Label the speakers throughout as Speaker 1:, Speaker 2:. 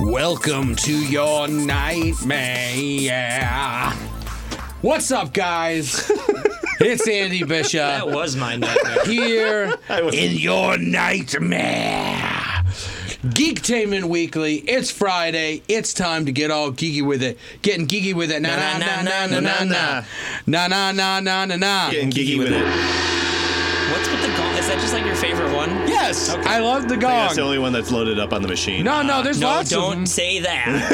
Speaker 1: Welcome to your nightmare. Yeah. What's up, guys? it's Andy
Speaker 2: That
Speaker 1: Bishop
Speaker 2: was my nightmare.
Speaker 1: here in your nightmare. Geektainment Weekly. It's Friday. It's time to get all geeky with it. Getting geeky with it. Na na na na na na na. Na na na na na na.
Speaker 3: Getting geeky with it.
Speaker 2: What's with the gong? Is that just like your favorite one?
Speaker 1: Yes, I love the
Speaker 3: That's the
Speaker 1: gong.
Speaker 3: only one that's loaded up on the machine.
Speaker 1: No, no, there's
Speaker 2: Uh, No,
Speaker 1: lots of
Speaker 2: don't
Speaker 1: them.
Speaker 2: say that.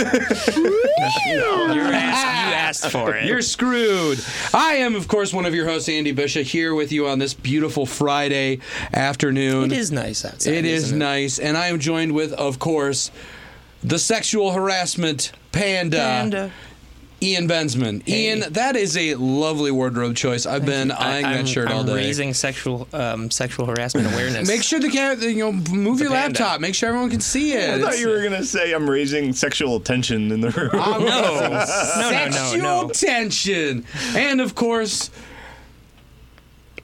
Speaker 2: You're asked, you asked for it.
Speaker 1: You're screwed. I am, of course, one of your hosts, Andy Bisha, here with you on this beautiful Friday afternoon.
Speaker 2: it is nice outside.
Speaker 1: It is
Speaker 2: isn't
Speaker 1: nice, and I am joined with, of course, the sexual harassment panda,
Speaker 2: uh,
Speaker 1: Ian Bensman. Ian, that is a lovely wardrobe choice. I've been eyeing
Speaker 2: I, am
Speaker 1: that shirt all day.
Speaker 2: raising sexual um, sexual harassment awareness.
Speaker 1: Make sure the camera, you know, move your
Speaker 2: panda.
Speaker 1: laptop. Make sure everyone can see it.
Speaker 3: I thought you were gonna say I'm raising sexual tension in the room.
Speaker 1: I'm
Speaker 2: No.
Speaker 1: raising
Speaker 2: No, no, no,
Speaker 1: sexual
Speaker 2: no.
Speaker 1: tension, and of course,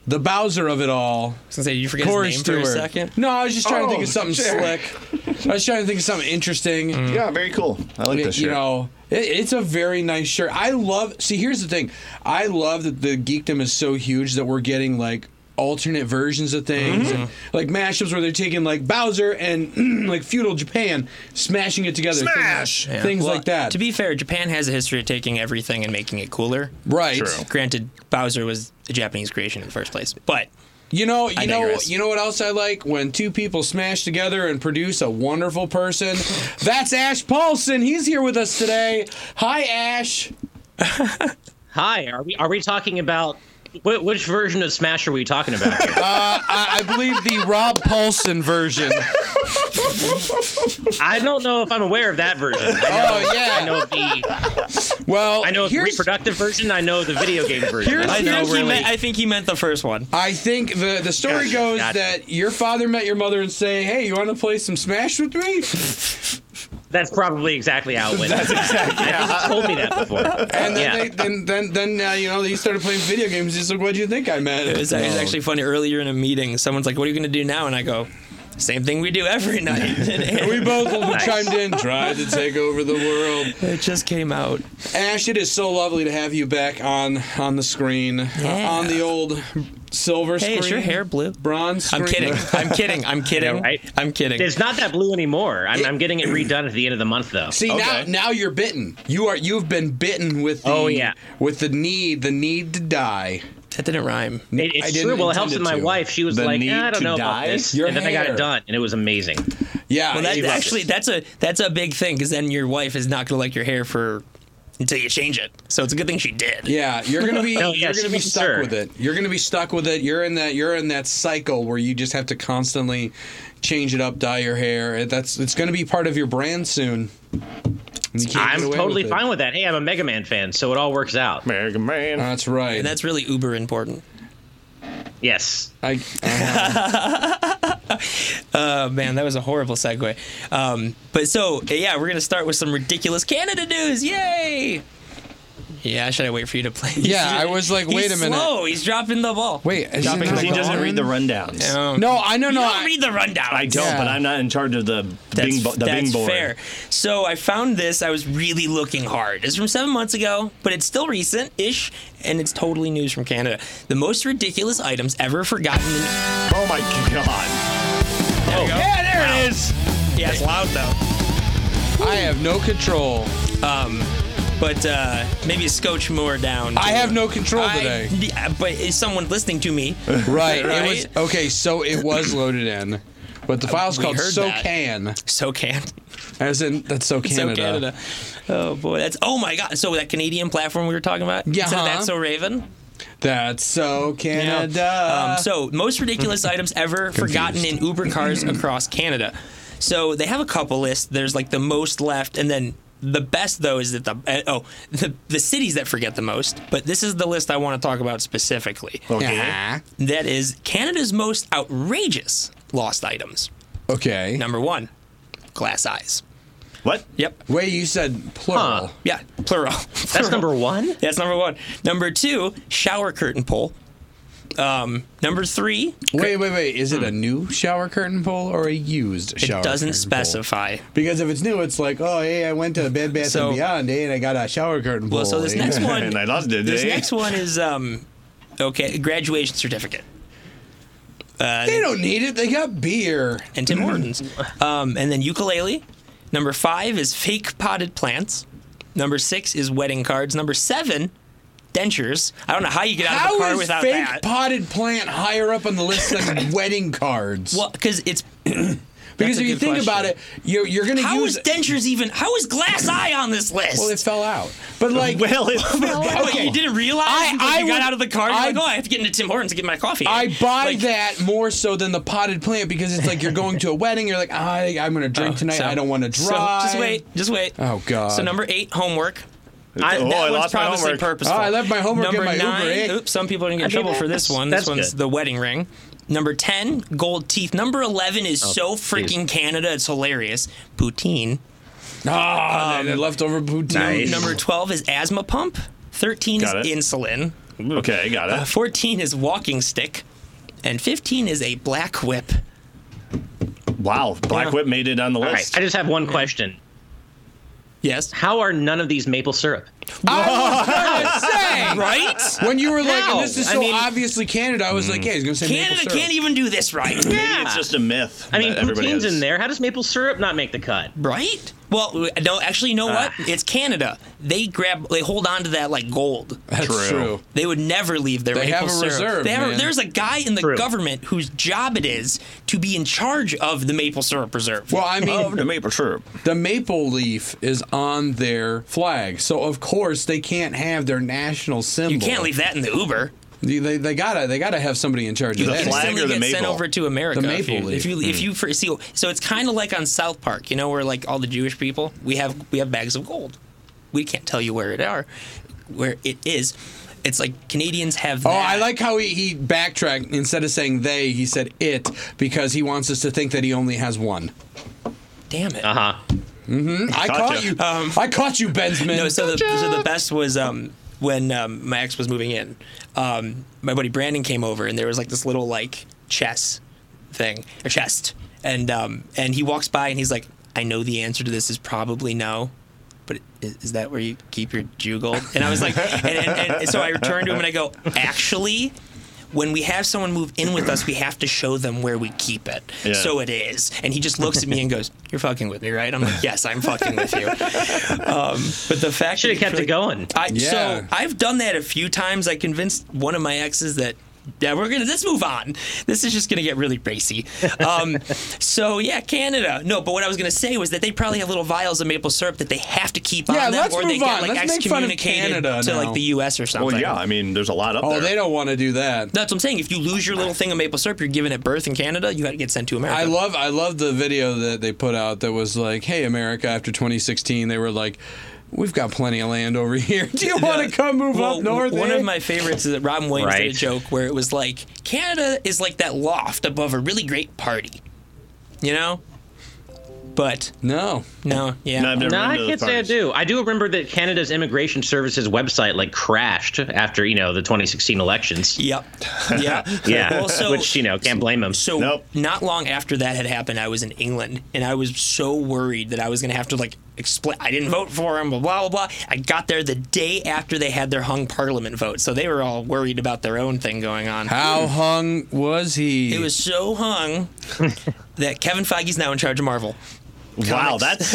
Speaker 1: the Bowser of it all.
Speaker 2: I was gonna say, you forget
Speaker 1: Corey
Speaker 2: his name
Speaker 1: Stewart.
Speaker 2: for a second.
Speaker 1: No, I was just trying to think
Speaker 3: Oh,
Speaker 1: of something
Speaker 3: sure.
Speaker 1: slick. I was trying to think of something interesting.
Speaker 2: Mm.
Speaker 3: yeah, very cool. I like this shirt.
Speaker 1: You know, it, it's a very nice shirt. I love. See, here's the thing. I love that the geekdom is so huge that we're getting like alternate versions of things,
Speaker 2: Mm-hmm.
Speaker 1: and, like mashups where they're taking like Bowser and like feudal Japan, smashing it together. Things-
Speaker 3: Smash!
Speaker 1: Things,
Speaker 2: Yeah. Well,
Speaker 1: like that.
Speaker 2: To be fair, Japan has a history of taking everything and making it cooler.
Speaker 1: right.
Speaker 3: True.
Speaker 2: Granted, Bowser was a Japanese creation in the first place, but
Speaker 1: You know, you know,
Speaker 2: digress.
Speaker 1: you know what else I like when two people smash together and produce a wonderful person. That's Ash Paulson. He's here with us today. Hi, Ash.
Speaker 4: Hi, are we are we talking about wh- which version of Smash are we talking about? Here?
Speaker 1: I, I believe the Rob Paulson version.
Speaker 4: I don't know if I'm aware of that version. I know,
Speaker 1: Oh yeah.
Speaker 4: I know the
Speaker 1: Well,
Speaker 4: I know the
Speaker 1: here's-
Speaker 4: reproductive version. I know the video game version.
Speaker 1: Here's-
Speaker 4: I
Speaker 2: I
Speaker 4: know
Speaker 2: think, he
Speaker 4: really.
Speaker 2: meant, I think he meant the first one.
Speaker 1: I think the the story
Speaker 2: Gotcha,
Speaker 1: goes
Speaker 2: gotcha.
Speaker 1: that your father met your mother and say, "Hey, you want to play some Smash with me?"
Speaker 4: that's probably exactly how it went. That's exactly. I think he told me that before.
Speaker 1: And then
Speaker 4: yeah.
Speaker 1: they, then then then uh, you know he started playing video games. He's like, "What do you think I met?"
Speaker 2: It was, it was actually funny earlier in a meeting. Someone's like, "What are you going to do now?" And I go, "Same thing we do every night." And
Speaker 1: we both
Speaker 4: Nice.
Speaker 1: chimed in, tried to take over the world.
Speaker 2: it just came out.
Speaker 1: Ash, it is so lovely to have you back on on the screen,
Speaker 2: Yeah.
Speaker 1: on the old silver screen.
Speaker 2: Hey, is your hair blue?
Speaker 1: bronze? Screen.
Speaker 2: I'm kidding. I'm kidding. I'm kidding.
Speaker 4: right?
Speaker 2: I'm kidding.
Speaker 4: It's not that blue anymore. I'm, I'm getting it redone at the end of the month, though.
Speaker 1: See now,
Speaker 2: Okay.
Speaker 1: now you're bitten. You are you've been bitten with the
Speaker 4: Oh, yeah.
Speaker 1: with the need the need to die.
Speaker 2: that didn't rhyme.
Speaker 4: It-
Speaker 1: I
Speaker 4: it's
Speaker 1: didn't
Speaker 4: true. Well, it
Speaker 1: intend
Speaker 4: helps
Speaker 1: it
Speaker 4: with my
Speaker 1: to.
Speaker 4: wife. She was
Speaker 3: The
Speaker 4: like,
Speaker 3: need
Speaker 4: "Eh, I don't
Speaker 3: to
Speaker 4: know about
Speaker 3: die?
Speaker 4: this,
Speaker 1: Your
Speaker 4: and then I got
Speaker 1: hair.
Speaker 4: it done, and it was amazing.
Speaker 1: Yeah,
Speaker 2: Well,
Speaker 1: she
Speaker 2: that's
Speaker 1: loves
Speaker 2: actually
Speaker 1: it.
Speaker 2: that's a that's a big thing because then your wife is not going to like your hair for until you change it. So it's a good thing she did.
Speaker 1: Yeah, you're gonna be
Speaker 4: No, yeah,
Speaker 1: you're
Speaker 4: she
Speaker 1: gonna be
Speaker 4: wasn't
Speaker 1: stuck
Speaker 4: Oh, sure.
Speaker 1: with it. You're gonna be stuck with it. You're in that you're in that cycle where you just have to constantly change it up, dye your hair. That's it's gonna be part of your brand soon. And you can't
Speaker 4: I'm
Speaker 1: get away
Speaker 4: totally
Speaker 1: with it.
Speaker 4: fine with that. Hey, I'm a Mega Man fan, so it all works out.
Speaker 3: American man.
Speaker 1: That's right.
Speaker 2: And that's really uber important.
Speaker 4: Yes.
Speaker 1: I, uh,
Speaker 2: Oh man, that was a horrible segue. Um, but so yeah, we're gonna start with some ridiculous Canada news. Yay! Yeah, should I wait for you to play?
Speaker 1: Yeah, I was like,
Speaker 2: He's
Speaker 1: wait a minute.
Speaker 2: Slow. He's dropping the ball.
Speaker 1: wait, is
Speaker 3: Not
Speaker 1: it not
Speaker 3: because he doesn't
Speaker 1: gone?
Speaker 3: read the rundowns.
Speaker 2: Um,
Speaker 1: No, I know, no,
Speaker 2: don't
Speaker 1: I-
Speaker 2: read the rundown.
Speaker 3: I don't,
Speaker 1: Yeah.
Speaker 3: but I'm not in charge of the
Speaker 2: That's,
Speaker 3: Bing, bo- the
Speaker 2: that's
Speaker 3: Bing board.
Speaker 2: fair. So I found this. I was really looking hard. It's from seven months ago, but it's still recent ish, and it's totally news from Canada. The most ridiculous items ever forgotten. In- there
Speaker 3: Oh my god.
Speaker 2: oh, go.
Speaker 3: Yeah, there it is.
Speaker 2: Yeah, it's loud though.
Speaker 1: I have no control.
Speaker 2: But uh, maybe a scotch more down.
Speaker 1: I
Speaker 2: to-
Speaker 1: have no control
Speaker 2: I-
Speaker 1: today.
Speaker 2: yeah, but is someone listening to me?
Speaker 1: Right. It
Speaker 2: Right? Uh,
Speaker 1: was okay. So it was loaded in, but the file's
Speaker 2: we
Speaker 1: called
Speaker 2: heard that.
Speaker 1: SoCan,
Speaker 2: so can.
Speaker 1: as in that's so Canada.
Speaker 2: So Canada. Oh boy, that's oh my god. So that Canadian platform we were talking about.
Speaker 1: Yeah,
Speaker 2: Instead of
Speaker 1: huh?
Speaker 2: that's so Raven.
Speaker 1: That's so Canada. uh,
Speaker 2: Um, so, most ridiculous items ever forgotten in Uber cars across Canada. So, they have a couple lists. There's like the most left, and then The best though is that the uh, oh the the cities that forget the most. But this is the list I want to talk about specifically.
Speaker 3: Okay.
Speaker 1: Ah.
Speaker 2: That is Canada's most outrageous lost items.
Speaker 1: Okay.
Speaker 2: Number one, glass eyes.
Speaker 3: What?
Speaker 2: Yep.
Speaker 1: Wait, you said plural.
Speaker 4: Huh.
Speaker 2: Yeah. Plural.
Speaker 4: That's number one.
Speaker 2: That's number one. Number two, shower curtain pole. Um, number three,
Speaker 1: Wait, wait, wait. Is it a new shower curtain pole or a used shower?
Speaker 2: Hmm. it doesn't
Speaker 1: curtain pole?
Speaker 2: specify.
Speaker 1: Because if it's new, it's like, oh, hey, I went to Bed Bath
Speaker 2: So-
Speaker 1: and Beyond, eh, and I got a shower curtain pole.
Speaker 2: Well, so this
Speaker 1: eh?
Speaker 2: next one,
Speaker 3: And I lost it.
Speaker 2: this
Speaker 3: eh?
Speaker 2: next one is um, okay, graduation certificate.
Speaker 1: They don't need it. They got beer.
Speaker 2: and
Speaker 4: Mm.
Speaker 2: Tim Hortons. Um, and then ukulele. Number five is fake potted plants. Number six is wedding cards. Number seven, dentures. I don't know how you get out of the
Speaker 1: How
Speaker 2: car
Speaker 1: is
Speaker 2: without
Speaker 1: fake
Speaker 2: that.
Speaker 1: potted plant higher up on the list than wedding cards?
Speaker 2: well, because it's
Speaker 1: because
Speaker 2: that's a
Speaker 1: if you
Speaker 2: good
Speaker 1: think
Speaker 2: question.
Speaker 1: about it, you're, you're going to
Speaker 2: how
Speaker 1: use
Speaker 2: is dentures even? How is glass eye on this list?
Speaker 1: Well, it fell out. But like,
Speaker 3: Well, it
Speaker 2: Wait,
Speaker 1: okay.
Speaker 2: you didn't realize
Speaker 1: I-
Speaker 2: because
Speaker 1: I
Speaker 2: you got
Speaker 1: would-
Speaker 2: out of the car. You're
Speaker 1: I-
Speaker 2: like, oh, I have to get into Tim Hortons to get my coffee.
Speaker 1: I buy
Speaker 2: Like,
Speaker 1: that more so than the potted plant because it's like you're going to a wedding. You're like, I, I'm going to drink tonight.
Speaker 2: Oh, so-
Speaker 1: I don't want to
Speaker 2: so
Speaker 1: drive.
Speaker 2: just wait, just wait.
Speaker 1: Oh, God.
Speaker 2: So number eight, homework.
Speaker 3: I, oh,
Speaker 2: that
Speaker 3: I
Speaker 2: one's
Speaker 3: lost my
Speaker 2: probably
Speaker 3: homework.
Speaker 2: purposeful.
Speaker 1: Oh, I left my homework in
Speaker 2: Number
Speaker 1: my Uber,
Speaker 2: nine,
Speaker 1: eh?
Speaker 2: Oops, some people didn't get in
Speaker 4: mean,
Speaker 2: trouble for this
Speaker 4: that's-
Speaker 2: one.
Speaker 4: that's
Speaker 2: this one's
Speaker 4: good.
Speaker 2: the wedding ring. Number ten, gold teeth. Number eleven is so
Speaker 3: Oh,
Speaker 2: freaking Canada. It's hilarious. Poutine.
Speaker 1: Ah,
Speaker 2: Um,
Speaker 1: the leftover poutine.
Speaker 3: Nice.
Speaker 2: Number twelve is asthma pump. Thirteen
Speaker 3: Got
Speaker 2: is
Speaker 3: it.
Speaker 2: insulin.
Speaker 3: Okay, I got it.
Speaker 2: Fourteen is walking stick, and fifteen is a black whip.
Speaker 3: Wow, Black
Speaker 2: Yeah.
Speaker 3: Whip made it on the
Speaker 4: All right.
Speaker 3: list.
Speaker 4: I just have one question.
Speaker 2: Yes.
Speaker 4: How are none of these maple syrup?
Speaker 1: I was gonna say
Speaker 2: Right?
Speaker 1: when you were like, and
Speaker 4: How?
Speaker 1: this is
Speaker 4: I
Speaker 1: so
Speaker 4: mean-
Speaker 1: obviously Canada. I was like, yeah, he's going to say maple
Speaker 2: mm. Canada
Speaker 1: syrup.
Speaker 2: can't even do this right.
Speaker 4: Yeah.
Speaker 3: It's just a myth.
Speaker 4: I mean,
Speaker 3: that everybody
Speaker 4: poutine's
Speaker 3: has.
Speaker 4: in there. How does maple syrup not make the cut?
Speaker 2: Right? Well, w- no, actually, you know what?
Speaker 1: Ah.
Speaker 2: It's Canada. They grab, they hold on to that like gold.
Speaker 1: That's
Speaker 3: True.
Speaker 1: true.
Speaker 2: They would never leave their
Speaker 1: They have
Speaker 2: maple
Speaker 1: a
Speaker 2: syrup.
Speaker 1: reserve,
Speaker 2: they have
Speaker 1: man.
Speaker 2: there's a guy in the
Speaker 4: True.
Speaker 2: government whose job it is to be in charge of the maple syrup reserve.
Speaker 1: Well, I mean,
Speaker 3: Of the maple syrup.
Speaker 1: the maple leaf is on their flag, so of course they can't have their national symbol.
Speaker 2: you can't leave that in the Uber.
Speaker 1: They, they, they gotta they gotta have somebody in charge of
Speaker 3: The
Speaker 1: that.
Speaker 3: flag
Speaker 2: Instantly
Speaker 3: or the
Speaker 2: get sent
Speaker 3: maple?
Speaker 2: over to America.
Speaker 1: The
Speaker 2: if you-
Speaker 1: maple
Speaker 2: If you if you, for- see, so it's kind of like on South Park, you know, where like all the Jewish people we have we have bags of gold. We can't tell you where it are, where it is. It's like Canadians have.
Speaker 1: Oh,
Speaker 2: that.
Speaker 1: I like how he, he backtracked. Instead of saying they, he said it because he wants us to think that he only has one. Mm,
Speaker 2: Damn it.
Speaker 4: Uh huh.
Speaker 3: Uh-huh.
Speaker 1: I
Speaker 3: Gotcha.
Speaker 1: caught you. I caught you, Benzman.
Speaker 2: Um, No, so the, so the best was um, when um, my ex was moving in. Um, my buddy Brandon came over, and there was like this little like chess thing, or chest, and um, and he walks by, and he's like, "I know the answer to this is probably no." But is, is that where you keep your Jew gold? And I was like, and, and, and so I turned to him and I go, actually, when we have someone move in with us, we have to show them where we keep it.
Speaker 3: Yeah.
Speaker 2: So it is. And he just looks at me and goes, You're fucking with me, right? I'm like, Yes, I'm fucking with you. Um, but the fact
Speaker 4: Should have
Speaker 2: that
Speaker 4: kept it going.
Speaker 2: I,
Speaker 1: Yeah.
Speaker 2: So I've done that a few times. I convinced one of my exes that yeah, we're gonna let's move on. This is just gonna get really racy. Um, so yeah, Canada. No, but what I was gonna say was that they probably have little vials of maple syrup that they have to keep
Speaker 1: Yeah,
Speaker 2: on them,
Speaker 1: let's
Speaker 2: or they
Speaker 1: move
Speaker 2: get
Speaker 1: on.
Speaker 2: like
Speaker 1: Let's make fun of
Speaker 2: excommunicated
Speaker 1: Canada
Speaker 2: to
Speaker 1: now.
Speaker 2: like the U.S. or something.
Speaker 3: Well, yeah, I mean, there's a lot up
Speaker 1: oh,
Speaker 3: there.
Speaker 1: they don't want to do that.
Speaker 2: That's what I'm saying. If you lose your little thing of maple syrup you're given at birth in Canada, you got to get sent to America.
Speaker 1: I love I love the video that they put out that was like, "Hey America, after 2016, they were like, we've got plenty of land over here. Do you want to come move
Speaker 2: Well,
Speaker 1: up north?"
Speaker 2: One
Speaker 1: eh?"
Speaker 2: of my favorites is that Robin Williams did a
Speaker 4: Right.
Speaker 2: joke where it was like Canada is like that loft above a really great party, you know. But
Speaker 1: No.
Speaker 2: no, yeah,
Speaker 3: No, I've never
Speaker 4: No,
Speaker 3: been
Speaker 4: I
Speaker 3: to
Speaker 4: can't
Speaker 3: the
Speaker 4: say I
Speaker 3: parties.
Speaker 4: do. I do remember that Canada's immigration services website like crashed after you know the 2016 elections.
Speaker 2: yep, yeah,
Speaker 4: Yeah,
Speaker 2: Well, so
Speaker 4: which you know can't blame them.
Speaker 2: so
Speaker 3: Nope.
Speaker 2: not long after that had happened, I was in England and I was so worried that I was gonna have to like explain. I didn't vote for him, blah blah blah. blah. I got there the day after they had their hung parliament vote, so they were all worried about their own thing going on.
Speaker 1: How hung was he?
Speaker 2: Hmm. It was so hung that Kevin Feige's now in charge of Marvel.
Speaker 3: Wow, that's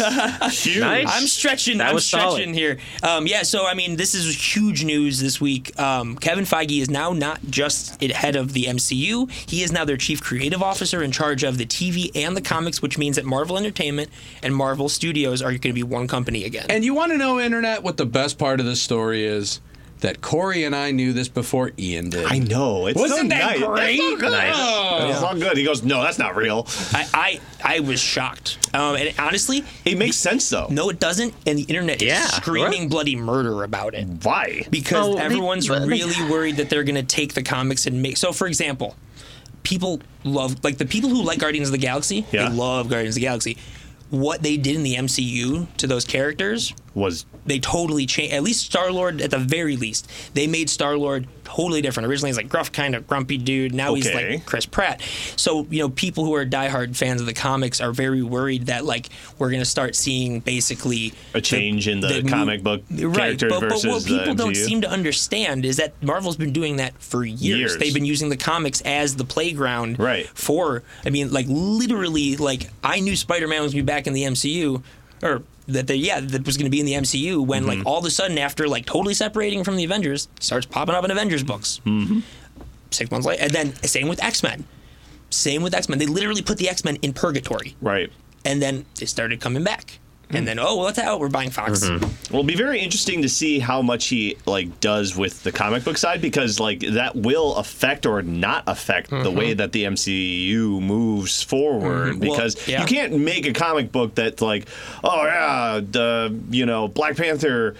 Speaker 3: huge.
Speaker 4: Nice.
Speaker 2: I'm stretching.
Speaker 4: That
Speaker 2: I'm
Speaker 4: was
Speaker 2: stretching
Speaker 4: solid.
Speaker 2: here. Um, yeah. So I mean, this is huge news this week. Um, Kevin Feige is now not just it- head of the MCU. He is now their chief creative officer in charge of the TV and the comics, which means that Marvel Entertainment and Marvel Studios are going to be one company again.
Speaker 1: And you want to know, internet, what the best part of this story is? that Corey and I knew this before Ian did.
Speaker 3: I know. It's
Speaker 1: Wasn't
Speaker 3: so
Speaker 1: that
Speaker 3: nice.
Speaker 1: great?
Speaker 3: It's so good.
Speaker 1: Nice.
Speaker 3: It's all good. He goes, no, that's not real.
Speaker 2: I, I, I was shocked. Um, and honestly,
Speaker 3: It makes sense though.
Speaker 2: no, it doesn't. And the internet
Speaker 4: Yeah,
Speaker 2: is screaming
Speaker 4: right.
Speaker 2: bloody murder about it.
Speaker 3: Why?
Speaker 2: because
Speaker 4: Oh, they-
Speaker 2: everyone's
Speaker 4: but they-
Speaker 2: really worried that they're going to take the comics and make. So, for example, people love like the people who like Guardians of the Galaxy.
Speaker 3: Yeah.
Speaker 2: They love Guardians of the Galaxy. What they did in the MCU to those characters,
Speaker 3: Was
Speaker 2: they totally changed. At least Star Lord, at the very least, they made Star Lord totally different. Originally, he's like gruff, kind of grumpy dude. Now he's
Speaker 3: Okay.
Speaker 2: like Chris Pratt. So you know, people who are diehard fans of the comics are very worried that like we're going to start seeing basically
Speaker 3: a change in the,
Speaker 2: the
Speaker 3: comic
Speaker 2: mo-
Speaker 3: book
Speaker 2: right,
Speaker 3: characters
Speaker 2: but, but
Speaker 3: versus
Speaker 2: what people
Speaker 3: the
Speaker 2: don't
Speaker 3: MCU?
Speaker 2: seem to understand is that Marvel's been doing that for years.
Speaker 3: Years.
Speaker 2: They've been using the comics as the playground
Speaker 3: Right.
Speaker 2: for I mean like literally like I knew Spider-Man was going to be back in the MCU or that they yeah that was going to be in the MCU when like all of a sudden after like totally separating from the Avengers he starts popping up in Avengers books. Six months later and then same with X-Men. Same with X-Men. They literally put the X-Men in purgatory
Speaker 3: right.
Speaker 2: and then they started coming back. And then oh well that's how we're buying Fox.
Speaker 3: Well, it'll be very interesting to see how much he like does with the comic book side because like that will affect or not affect the way that the MCU moves forward
Speaker 2: Mm-hmm. Well,
Speaker 3: because
Speaker 2: yeah.
Speaker 3: you can't make a comic book that's like, oh yeah, the you know Black Panther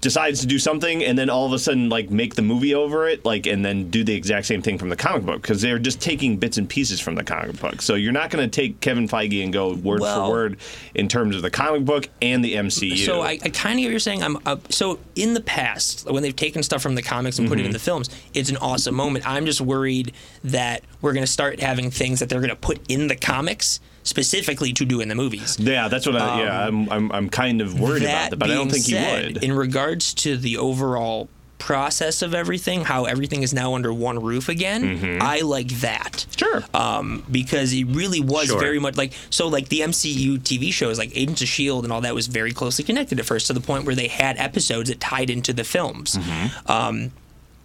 Speaker 3: decides to do something and then all of a sudden like make the movie over it like and then do the exact same thing from the comic book because they're just taking bits and pieces from the comic book so you're not going to take kevin feige and go word
Speaker 2: Well-
Speaker 3: for word in terms of the comic book and the mcu
Speaker 2: So I, I kind of get what you're saying. I'm uh, so in the past when they've taken stuff from the comics and put it in the films, it's an awesome moment. I'm just worried that we're going to start having things that they're going to put in the comics specifically to do in the movies.
Speaker 3: Yeah, that's what I. yeah, I'm, I'm. I'm kind of worried about that, but I don't
Speaker 2: being
Speaker 3: think
Speaker 2: said,
Speaker 3: he would.
Speaker 2: In regards to the overall process of everything, how everything is now under one roof again, I like that.
Speaker 3: Mm-hmm. sure.
Speaker 2: um, because it really was
Speaker 4: Sure.
Speaker 2: very much like so like the MCU TV shows like Agents of Shield E and all that was very closely connected at first to the point where they had episodes that tied into the films.
Speaker 3: Mm-hmm.
Speaker 2: Um,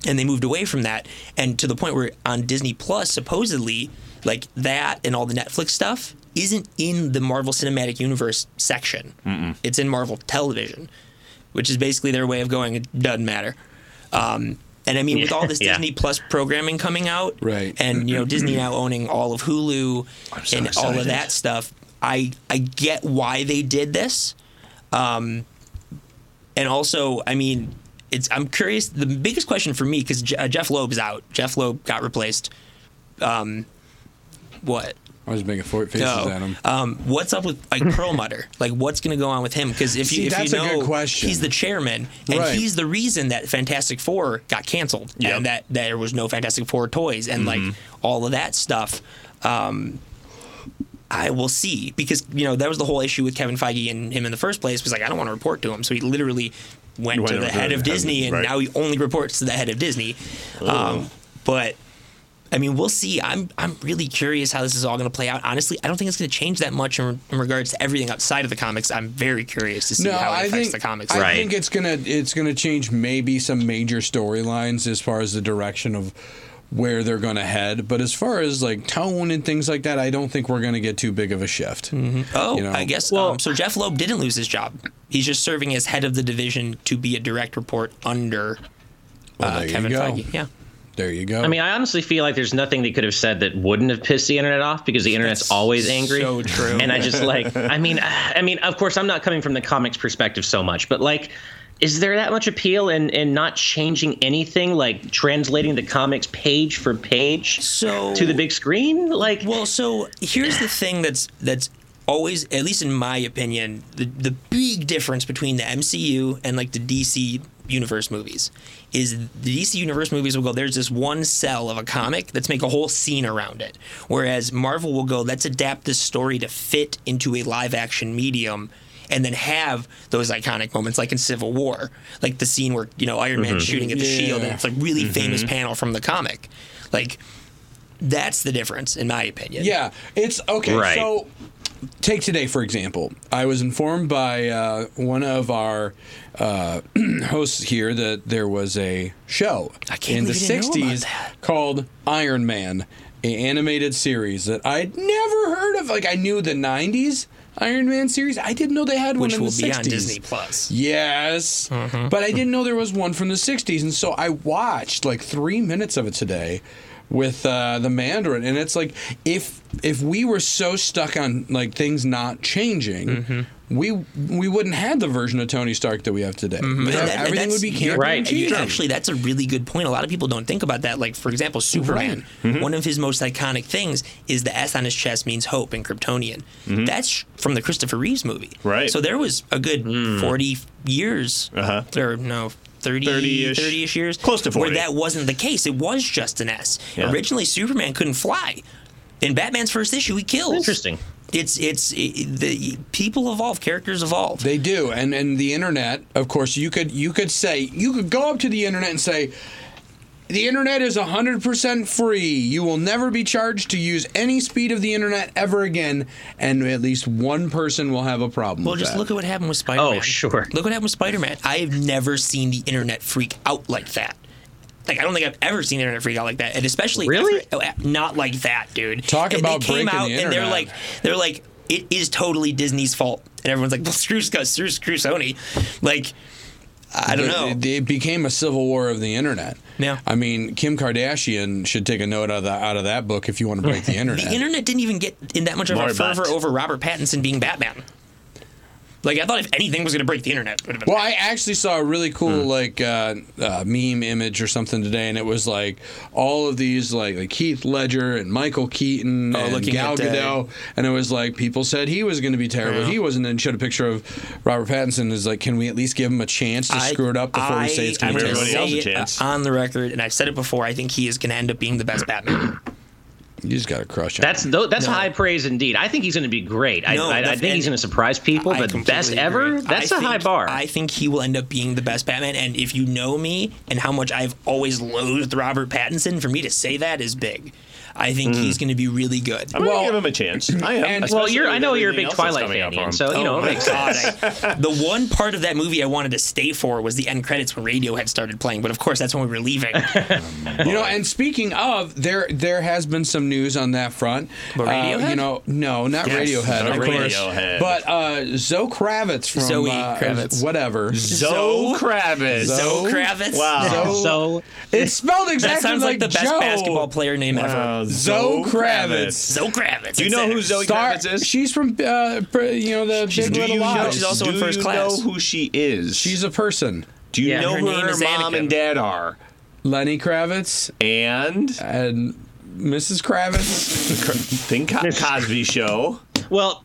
Speaker 2: and they moved away from that and to the point where on Disney Plus supposedly like that and all the Netflix stuff isn't in the Marvel Cinematic Universe section. It's in Marvel Television, which is basically their way of going it doesn't matter. Um, and I mean, with all this
Speaker 4: Yeah.
Speaker 2: Disney Plus programming coming out,
Speaker 1: Right.
Speaker 2: and you know Disney now owning all of Hulu
Speaker 3: so
Speaker 2: and all of
Speaker 3: excited.
Speaker 2: that stuff. I I get why they did this, um, and also I mean it's I'm curious. The biggest question for me because uh, Jeff Loeb's out. Jeff Loeb got replaced. Um, what?
Speaker 1: I was making fort faces at
Speaker 2: No.
Speaker 1: him.
Speaker 2: Um, what's up with like Perlmutter? like, what's going to go on with him? Because if you
Speaker 1: See,
Speaker 2: if
Speaker 1: that's
Speaker 2: you
Speaker 1: a
Speaker 2: know,
Speaker 1: good question.
Speaker 2: he's the chairman, and
Speaker 1: Right.
Speaker 2: he's the reason that Fantastic Four got canceled,
Speaker 3: Yep.
Speaker 2: and that there was no Fantastic Four toys, and like
Speaker 1: Mm-hmm.
Speaker 2: all of that stuff. Um, I will see because you know that was the whole issue with Kevin Feige and him in the first place. Was like, I don't want to report to him, so he literally went
Speaker 3: Went
Speaker 2: to the
Speaker 3: over
Speaker 2: head
Speaker 3: to
Speaker 2: of
Speaker 3: the head,
Speaker 2: Disney, and
Speaker 3: right.
Speaker 2: now he only reports to the head of Disney. Um, but I mean, we'll see. I'm I'm really curious how this is all going to play out. Honestly, I don't think it's going to change that much in, in regards to everything outside of the comics. I'm very curious to see how it
Speaker 1: I think,
Speaker 2: affects the comics.
Speaker 1: I
Speaker 4: Right.
Speaker 1: think it's gonna it's gonna change maybe some major storylines as far as the direction of where they're gonna head. But as far as like tone and things like that, I don't think we're gonna get too big of a shift.
Speaker 2: Oh,
Speaker 1: you know.
Speaker 2: I guess. um, so Jeff Loeb didn't lose his job. He's just serving as head of the division to be a direct report under
Speaker 1: Well,
Speaker 2: uh,
Speaker 1: there you
Speaker 2: Kevin
Speaker 1: go.
Speaker 2: Feige. Yeah.
Speaker 1: There you go.
Speaker 4: I mean, I honestly feel like there's nothing they could have said that wouldn't have pissed the internet off because the internet's
Speaker 2: That's
Speaker 4: always angry.
Speaker 2: so true.
Speaker 4: And I just like, I mean, I mean, of course, I'm not coming from the comics perspective so much, but like, is there that much appeal in in not changing anything, like translating the comics page for page
Speaker 2: So-
Speaker 4: to the big screen? Like,
Speaker 2: Well, so here's the thing that's that's always, at least in my opinion, the the big difference between the MCU and like the DC universe movies is the DC universe movies will go there's this one cell of a comic let's make a whole scene around it whereas Marvel will go let's adapt this story to fit into a live action medium and then have those iconic moments like in Civil War like the scene where you know Iron Man shooting at the
Speaker 1: Yeah.
Speaker 2: shield and it's like really famous panel from the comic like that's the difference, in my opinion.
Speaker 1: Yeah, it's okay.
Speaker 4: Right.
Speaker 1: So, take today for example. I was informed by uh, one of our uh, hosts here that there was a show
Speaker 2: I can't
Speaker 1: in the
Speaker 2: believe you didn't know about that.
Speaker 1: called Iron Man, an animated series that I'd never heard of. Like I knew the '90s. Iron Man series? I didn't know they had one
Speaker 2: which
Speaker 1: in
Speaker 2: will
Speaker 1: the
Speaker 2: be
Speaker 1: 60s.
Speaker 2: on Disney Plus.
Speaker 1: Yes, but I didn't know there was one from the '60s, and so I watched like three minutes of it today with uh, the Mandarin, and it's like if if we were so stuck on like things not changing. We we wouldn't have the version of Tony Stark that we have today.
Speaker 2: And that- and
Speaker 1: Everything
Speaker 2: that's-
Speaker 1: would be
Speaker 2: you're
Speaker 1: camped
Speaker 4: right.
Speaker 1: and
Speaker 2: And Mm-hmm. you-
Speaker 1: cheated.
Speaker 2: Actually, that's a really good point. A lot of people don't think about that. Like, for example, Superman. One of his most iconic things is the S on his chest means hope in Kryptonian. That's from the Christopher Reeves movie.
Speaker 3: Right.
Speaker 2: So there was a good
Speaker 1: Hmm.
Speaker 2: 40 years, uh-huh. or no, 30,
Speaker 3: 30-ish.
Speaker 2: 30-ish, years.
Speaker 3: Close to 40.
Speaker 2: Where that wasn't the case. It was just an S.
Speaker 3: Yeah.
Speaker 2: Originally, Superman couldn't fly. In Batman's first issue, he kills.
Speaker 4: Interesting.
Speaker 2: It's it's it, the people evolve, characters evolve.
Speaker 1: They do, and and the internet, of course, you could you could say you could go up to the internet and say. The internet is 100% free. You will never be charged to use any speed of the internet ever again, and at least one person will have a problem
Speaker 2: Well,
Speaker 1: with
Speaker 2: just
Speaker 1: that.
Speaker 2: look at what happened with Spider Man.
Speaker 4: Oh, sure.
Speaker 2: Look what happened with Spider Man. I have never seen the internet freak out like that. Like, I don't think I've ever seen the internet freak out like that. And especially.
Speaker 4: Really?
Speaker 2: after- oh, a- not like that, dude.
Speaker 1: Talk
Speaker 2: and
Speaker 1: about
Speaker 2: They came
Speaker 1: breaking
Speaker 2: out
Speaker 1: the
Speaker 2: and they're
Speaker 1: internet.
Speaker 2: like, they're like, it is totally Disney's fault. And everyone's like, well, screw, Sc- screw, screw Sony. Like, I don't know.
Speaker 1: It, it became a civil war of the internet.
Speaker 2: Yeah.
Speaker 1: I mean, Kim Kardashian should take a note out of, the, out of that book if you want to break the internet.
Speaker 2: The internet didn't even get in that much of
Speaker 3: More
Speaker 2: a fervor
Speaker 3: bots.
Speaker 2: over Robert Pattinson being Batman. Like, I thought if anything was going to break the internet, it would have been
Speaker 1: Well, I actually saw a really cool
Speaker 2: Hmm.
Speaker 1: like uh, uh, meme image or something today, and it was like all of these like, like Keith Ledger and Michael Keaton
Speaker 2: Oh,
Speaker 1: and
Speaker 2: looking
Speaker 1: Gal
Speaker 2: at, uh,
Speaker 1: Gadot, and it was like people said he was going to be terrible.
Speaker 2: Yeah.
Speaker 1: He wasn't, and showed a picture of Robert Pattinson. Is like, can we at least give him a chance to
Speaker 2: I-
Speaker 1: screw it up before we say it's
Speaker 2: I'm
Speaker 1: going to be
Speaker 2: gonna
Speaker 1: terrible?
Speaker 3: everybody else a
Speaker 2: say it,
Speaker 3: chance.
Speaker 2: uh, on the record, and I've said it before. I think he is going to end up being the best Batman.
Speaker 1: You just got to crush him.
Speaker 4: That's tho- that's
Speaker 2: No.
Speaker 4: high praise indeed. I think he's going to be great. I,
Speaker 2: No,
Speaker 4: I, I
Speaker 2: that's-
Speaker 4: think he's
Speaker 2: and
Speaker 4: going to surprise people.
Speaker 2: I
Speaker 4: But
Speaker 2: completely
Speaker 4: best
Speaker 2: agree.
Speaker 4: ever?
Speaker 2: I
Speaker 4: That's a
Speaker 2: think-
Speaker 4: high bar.
Speaker 2: I think he will end up being the best Batman. And if you know me and how much I've always loathed Robert Pattinson, for me to say that is big. I think he's going to be really good.
Speaker 3: Mm. I'm
Speaker 1: Well-
Speaker 3: gonna give him a chance. I am.
Speaker 1: and-
Speaker 4: well,
Speaker 3: especially
Speaker 4: you're. I
Speaker 3: with
Speaker 4: know you're a
Speaker 3: everything else
Speaker 4: big
Speaker 3: that's
Speaker 4: Twilight
Speaker 3: coming
Speaker 4: fan,
Speaker 3: up
Speaker 4: Ian.
Speaker 3: on-
Speaker 4: So you know
Speaker 2: oh
Speaker 4: it
Speaker 2: my
Speaker 4: makes sense.
Speaker 2: God, I- the one part of that movie I wanted to stay for was the end credits when radio had started playing. But of course, that's when we were leaving.
Speaker 3: Oh,
Speaker 1: You know, and speaking of, there there has been some news on that front. Uh,
Speaker 2: But Radiohead?
Speaker 1: you know, no, not
Speaker 2: Yes,
Speaker 1: Radiohead,
Speaker 3: not
Speaker 1: of course.
Speaker 3: Radiohead.
Speaker 1: But uh, Zoe Kravitz from
Speaker 2: Zoe
Speaker 1: uh,
Speaker 2: Kravitz.
Speaker 1: whatever.
Speaker 3: Zoe Kravitz.
Speaker 2: Zoe Kravitz.
Speaker 3: Wow.
Speaker 1: Zoe-
Speaker 4: So
Speaker 1: It's spelled exactly
Speaker 2: That sounds like, the best
Speaker 1: Joe.
Speaker 2: basketball player name ever.
Speaker 3: Wow,
Speaker 1: Zoe Kravitz.
Speaker 2: Zoe Kravitz.
Speaker 3: Do
Speaker 2: that's
Speaker 3: you know
Speaker 2: it.
Speaker 3: who Zoe
Speaker 1: Star,
Speaker 3: Kravitz is?
Speaker 1: she's from uh, pr- you know the
Speaker 3: Do
Speaker 1: Big Little
Speaker 3: you know?
Speaker 1: Lies.
Speaker 2: she's also
Speaker 3: do
Speaker 2: in first
Speaker 3: you
Speaker 2: class.
Speaker 3: know who she is?
Speaker 1: she's a person.
Speaker 3: Do you
Speaker 4: Yeah.
Speaker 3: know
Speaker 2: Her
Speaker 3: who
Speaker 2: name
Speaker 3: her
Speaker 2: is
Speaker 3: mom
Speaker 2: Anakin.
Speaker 3: and dad are?
Speaker 1: Lenny Kravitz
Speaker 3: And
Speaker 1: and Mrs. Kravitz.
Speaker 3: think Co- Cosby Show.
Speaker 4: well.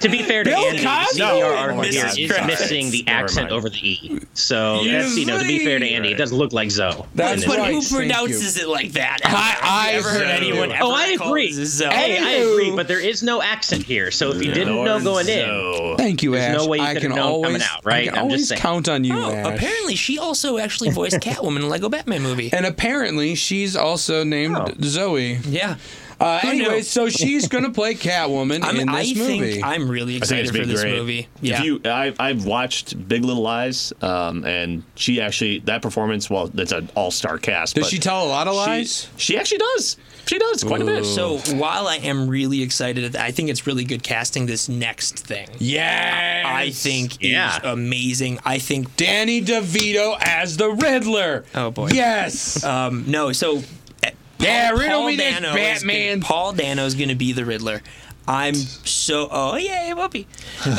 Speaker 4: To be fair to
Speaker 1: Bill
Speaker 4: Andy, the E
Speaker 1: Cosby?
Speaker 4: CDR
Speaker 3: No,
Speaker 4: article here
Speaker 2: Mrs.
Speaker 4: is
Speaker 2: Christ.
Speaker 4: missing the
Speaker 3: Never
Speaker 4: accent
Speaker 3: mind.
Speaker 4: over the e. So that's you know to be fair to Andy, it doesn't look like Zoe.
Speaker 1: That's
Speaker 4: In
Speaker 2: But
Speaker 4: this.
Speaker 1: right,
Speaker 2: who
Speaker 1: thank you.
Speaker 2: pronounces it like that?
Speaker 1: I-
Speaker 2: I've never heard
Speaker 1: I-
Speaker 2: anyone ever
Speaker 4: Oh, I
Speaker 2: call
Speaker 4: agree.
Speaker 2: this Zoe.
Speaker 4: Hey, I
Speaker 1: Anywho.
Speaker 4: agree, but there is no accent here. So if you didn't know going in,
Speaker 1: Thank you,
Speaker 4: There's
Speaker 1: Ash.
Speaker 4: no way you
Speaker 1: I
Speaker 4: could've
Speaker 1: can
Speaker 4: known coming
Speaker 1: always
Speaker 4: out,
Speaker 1: I
Speaker 4: right?
Speaker 1: can
Speaker 4: I'm just
Speaker 1: always
Speaker 4: saying.
Speaker 1: count on you,
Speaker 2: Oh,
Speaker 1: Ash.
Speaker 2: apparently she also actually voiced Catwoman in the Lego Batman movie.
Speaker 1: And apparently, she's also named
Speaker 4: Oh.
Speaker 1: Zoe.
Speaker 2: yeah.
Speaker 1: Uh,
Speaker 2: Who knew?
Speaker 1: anyway, so she's gonna play Catwoman
Speaker 2: I'm,
Speaker 1: in
Speaker 2: I
Speaker 1: this movie.
Speaker 2: think I'm really
Speaker 3: I think it's
Speaker 2: excited for
Speaker 3: been
Speaker 2: this
Speaker 3: great.
Speaker 2: movie. Yeah.
Speaker 3: If you, I, I've watched Big Little Lies, um, and she actually that performance. Well, that's an all-star cast.
Speaker 1: Does
Speaker 3: but
Speaker 1: she tell a lot of
Speaker 3: she-
Speaker 1: lies?
Speaker 3: She actually does. She does quite a bit.
Speaker 2: so while I am really excited, at that, I think it's really good casting this next thing.
Speaker 1: Yeah,
Speaker 2: I think
Speaker 4: Yeah.
Speaker 2: is amazing. I think
Speaker 1: Danny DeVito as the Riddler.
Speaker 2: Oh, boy.
Speaker 1: Yes.
Speaker 2: Um, no, so uh,
Speaker 1: Yeah,
Speaker 2: Paul-
Speaker 1: riddle
Speaker 2: Paul
Speaker 1: me this,
Speaker 2: Dano is
Speaker 1: Batman.
Speaker 2: gonna- Paul Dano's going to be the Riddler. I'm so oh yeah, whoopee.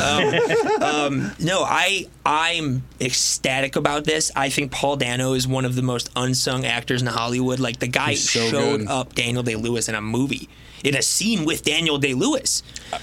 Speaker 2: Um, um, no, I I'm ecstatic about this. I think Paul Dano is one of the most unsung actors in Hollywood. Like the guy
Speaker 1: He's so
Speaker 2: showed
Speaker 1: good.
Speaker 2: up Daniel Day Lewis in a movie, in a scene with Daniel Day Lewis.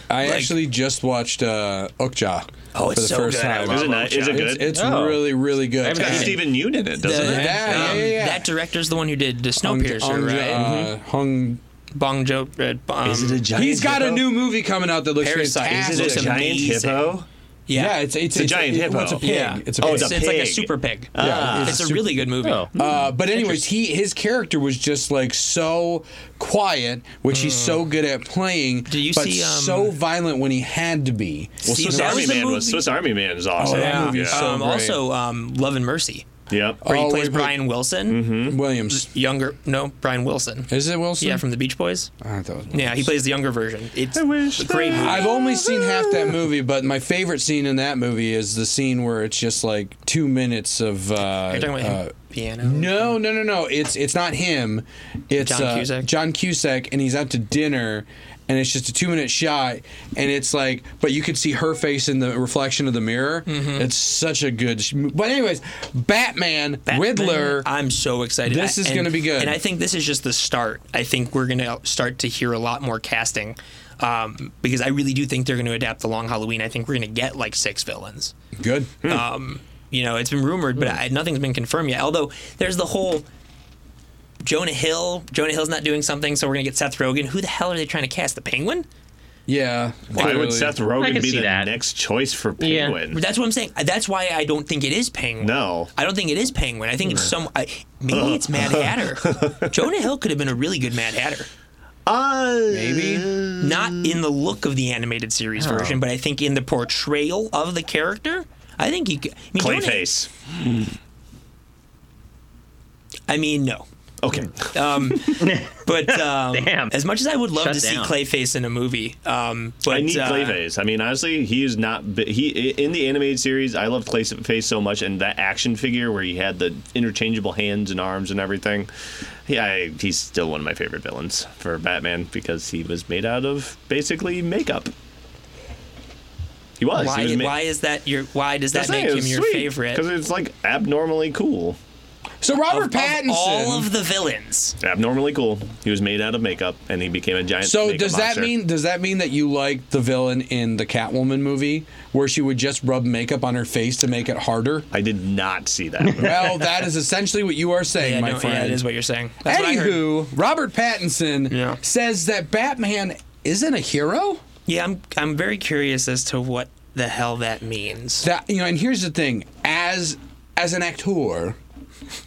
Speaker 1: I
Speaker 2: like-
Speaker 1: actually just watched uh, Okja
Speaker 2: Oh, it's
Speaker 1: for the
Speaker 2: so
Speaker 1: first
Speaker 2: good. I
Speaker 1: time.
Speaker 2: love
Speaker 3: Is it not- is it
Speaker 1: It's,
Speaker 3: good?
Speaker 1: it's
Speaker 4: Oh.
Speaker 1: really, really good.
Speaker 3: I've got
Speaker 1: And
Speaker 3: Stephen Yeun in it, doesn't
Speaker 2: The- um,
Speaker 3: it?
Speaker 1: Yeah, yeah, yeah.
Speaker 2: That director's the one who did the
Speaker 1: Hung-
Speaker 2: Snowpiercer,
Speaker 1: Hung-
Speaker 2: right?
Speaker 1: uh,
Speaker 3: Mm-hmm.
Speaker 1: Hung-
Speaker 2: Bong Jo. Uh, um,
Speaker 3: giant?
Speaker 1: He's got a new movie coming out that looks
Speaker 2: Parasite.
Speaker 1: fantastic.
Speaker 2: Is it a-
Speaker 3: giant
Speaker 2: amazing.
Speaker 3: hippo?
Speaker 1: Yeah, it's it's,
Speaker 3: a giant
Speaker 1: it- well, It's a
Speaker 3: hippo.
Speaker 1: pig.
Speaker 2: Yeah.
Speaker 1: It's a
Speaker 3: Oh,
Speaker 1: pig.
Speaker 3: it's a
Speaker 2: it's, it's like a
Speaker 3: pig. Ah.
Speaker 2: super pig.
Speaker 1: Yeah,
Speaker 2: it's, a really good movie.
Speaker 4: Oh.
Speaker 1: Uh, but anyways, he his character was just like so quiet, which he's
Speaker 3: Mm.
Speaker 1: so good at playing.
Speaker 2: Do you
Speaker 1: but
Speaker 2: see, um,
Speaker 1: so violent when he had to be?
Speaker 3: Well,
Speaker 2: See,
Speaker 3: Swiss
Speaker 2: that
Speaker 3: Army
Speaker 2: was the
Speaker 3: Man was
Speaker 2: movie-
Speaker 3: Swiss Army Man is awesome.
Speaker 1: that movie's so-
Speaker 2: um,
Speaker 1: great.
Speaker 2: also, um, Love and Mercy.
Speaker 3: Yep.
Speaker 2: where he
Speaker 1: Oh,
Speaker 2: plays
Speaker 1: wait, wait.
Speaker 2: Brian Wilson,
Speaker 3: Mm-hmm.
Speaker 1: Williams.
Speaker 2: younger. No, Brian Wilson.
Speaker 1: Is it Wilson?
Speaker 2: Yeah, from the Beach Boys.
Speaker 1: I thought it was Wilson.
Speaker 2: Yeah, he plays the younger version. It's
Speaker 3: I wish
Speaker 2: a great.
Speaker 3: that-
Speaker 2: Movie.
Speaker 1: I've only seen half that movie, but my favorite scene in that movie is the scene where it's just like two minutes of. Uh,
Speaker 2: You're talking about him?
Speaker 1: uh,
Speaker 2: piano.
Speaker 1: No, no, no, no. It's it's not him. It's
Speaker 2: John
Speaker 1: uh,
Speaker 2: Cusack?
Speaker 1: John Cusack, and he's out to dinner, and it's just a two minute shot, and it's like, but you could see her face in the reflection of the mirror.
Speaker 2: Mm-hmm.
Speaker 1: It's such a good. Sh- but anyways, Batman, Riddler.
Speaker 2: I'm so excited.
Speaker 1: This
Speaker 2: I-
Speaker 1: is
Speaker 2: and-
Speaker 1: gonna be good.
Speaker 2: And I think this is just the start. I think we're going to start to hear a lot more casting um, because I really do think they're going to adapt the Long Halloween. I think we're going to get like six villains.
Speaker 1: good.
Speaker 2: Hmm. You know, it's been rumored,
Speaker 3: Hmm.
Speaker 2: but I, nothing's been confirmed yet. Although there's the whole Jonah Hill. Jonah Hill's not doing something, so we're going to get Seth Rogen. Who the hell are they trying to cast? The Penguin?
Speaker 1: yeah.
Speaker 3: Why
Speaker 1: clearly.
Speaker 3: would Seth
Speaker 4: I
Speaker 3: Rogen
Speaker 4: could
Speaker 3: be
Speaker 4: see
Speaker 3: the
Speaker 4: that.
Speaker 3: next choice for
Speaker 4: Yeah.
Speaker 3: Penguin?
Speaker 2: That's what I'm saying. That's why I don't think it is Penguin.
Speaker 3: No.
Speaker 2: I don't think it is Penguin. I think it's some. I, maybe it's Mad Hatter. Jonah Hill could have been a really good Mad Hatter.
Speaker 3: Uh,
Speaker 1: Maybe.
Speaker 2: Not in the look of the animated series version, but I think in the portrayal of the character. I think he. Could, I mean, Jonah-
Speaker 3: Clayface.
Speaker 2: I mean, no.
Speaker 3: Okay.
Speaker 2: Um, but um,
Speaker 4: Damn.
Speaker 2: as much as I would love
Speaker 4: Shut
Speaker 2: to
Speaker 4: down.
Speaker 2: see Clayface in a movie, um, but
Speaker 3: I need
Speaker 2: uh,
Speaker 3: Clayface. I mean, honestly, he is not. bi- He in the animated series, I love Clayface so much, and that action figure where he had the interchangeable hands and arms and everything. Yeah, I, he's still one of my favorite villains for Batman because he was made out of basically makeup. He was.
Speaker 2: Why,
Speaker 3: he was ma-
Speaker 2: why is that your? Why does that
Speaker 3: That's
Speaker 2: make
Speaker 3: it, it
Speaker 2: him
Speaker 3: was
Speaker 2: your
Speaker 3: sweet,
Speaker 2: favorite?
Speaker 3: Because it's like abnormally cool.
Speaker 1: So Robert Pattinson.
Speaker 2: Of all of the villains.
Speaker 3: Abnormally cool. He was made out of makeup, and he became a giant.
Speaker 1: so
Speaker 3: makeup
Speaker 1: does that
Speaker 3: monster.
Speaker 1: mean does that mean that you like the villain in the Catwoman movie where she would just rub makeup on her face to make it harder?
Speaker 3: I did not see that?
Speaker 1: Well, that is essentially what you are saying,
Speaker 2: Yeah,
Speaker 1: my
Speaker 2: no,
Speaker 1: friend.
Speaker 2: yeah, it is what you're saying. That's what I heard.
Speaker 1: Anywho, Robert Pattinson
Speaker 2: Yeah.
Speaker 1: says that Batman isn't a hero.
Speaker 2: Yeah, I'm I'm very curious as to what the hell that means.
Speaker 1: That you know, and here's the thing: as as an actor,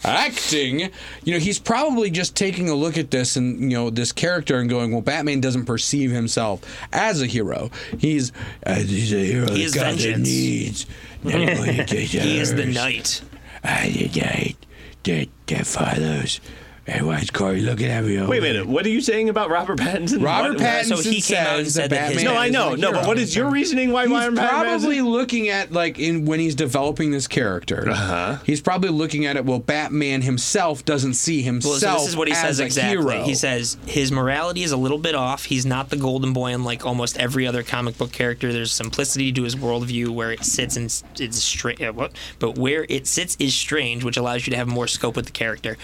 Speaker 1: acting, you know, he's probably just taking a look at this and you know this character and going, well, Batman doesn't perceive himself as a hero. He's uh, he's a hero.
Speaker 2: He is
Speaker 1: that God
Speaker 2: vengeance.
Speaker 1: Needs. Nobody
Speaker 2: He is the
Speaker 1: deserves.
Speaker 2: knight.
Speaker 1: I the night that that follows. And why is Corey looking at me?
Speaker 3: Wait a minute. What are you saying about Robert Pattinson?
Speaker 1: Robert
Speaker 3: What-
Speaker 1: Pattinson
Speaker 2: so he came
Speaker 1: says
Speaker 2: out and
Speaker 1: that
Speaker 2: said that his-
Speaker 1: Batman.
Speaker 3: No,
Speaker 2: Yeah,
Speaker 3: I
Speaker 1: is
Speaker 3: know.
Speaker 1: a
Speaker 3: No, but
Speaker 1: hero.
Speaker 3: what is your reasoning why
Speaker 1: He's
Speaker 3: Iron Man
Speaker 1: probably
Speaker 3: is-
Speaker 1: looking at like in when he's developing this character. Uh-huh. He's probably looking at it. Well, Batman himself doesn't see
Speaker 2: Well,
Speaker 1: himself.
Speaker 2: so this is what he
Speaker 1: as
Speaker 2: says
Speaker 1: a
Speaker 2: exactly.
Speaker 1: Hero.
Speaker 2: He says his morality is a little bit off. He's not the golden boy in like almost every other comic book character. There's simplicity to his worldview where it sits and s- it's straight. What? But where it sits is strange, which allows you to have more scope with the character.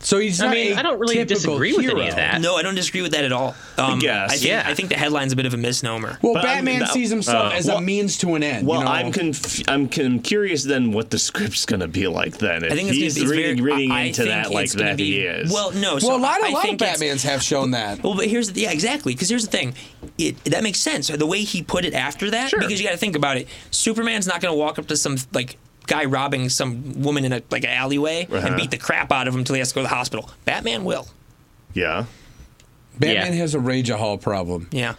Speaker 1: So he's.
Speaker 4: I
Speaker 1: not
Speaker 4: mean,
Speaker 1: I
Speaker 4: I don't really disagree with any of
Speaker 1: Uh,
Speaker 4: that.
Speaker 2: No, I don't disagree with that at all. Um,
Speaker 3: guess.
Speaker 2: think,
Speaker 4: Yeah.
Speaker 2: I think the headline's a bit of a misnomer.
Speaker 1: Well,
Speaker 3: But I'm-
Speaker 1: Batman
Speaker 3: that-
Speaker 1: sees himself
Speaker 2: Oh.
Speaker 3: uh,
Speaker 1: as
Speaker 3: well-
Speaker 1: a means to an end.
Speaker 3: Well,
Speaker 1: you know?
Speaker 3: I'm conf- I'm con- curious then what the script's gonna be like then. If
Speaker 2: I think it's
Speaker 3: he's
Speaker 2: gonna be, it's
Speaker 3: reading,
Speaker 2: very,
Speaker 3: reading
Speaker 2: I- I
Speaker 3: into
Speaker 2: think
Speaker 3: that like
Speaker 2: it's gonna
Speaker 3: that
Speaker 2: be,
Speaker 3: he is.
Speaker 2: Well, no. So
Speaker 1: well, a lot,
Speaker 2: I,
Speaker 1: a
Speaker 2: I
Speaker 1: lot of
Speaker 2: think it's-
Speaker 1: Batmans have shown that.
Speaker 2: Well, but here's the yeah, exactly. Because here's the thing, it, that makes sense. The way he put it after that,
Speaker 3: Sure.
Speaker 2: because you got to think about it. Superman's not going to walk up to some like guy robbing some woman in a like an alleyway
Speaker 3: Uh-huh.
Speaker 2: and beat the crap out of him until he has to go to the hospital. Batman will.
Speaker 3: yeah.
Speaker 1: Batman
Speaker 4: Yeah.
Speaker 1: has a rageahol problem.
Speaker 2: Yeah.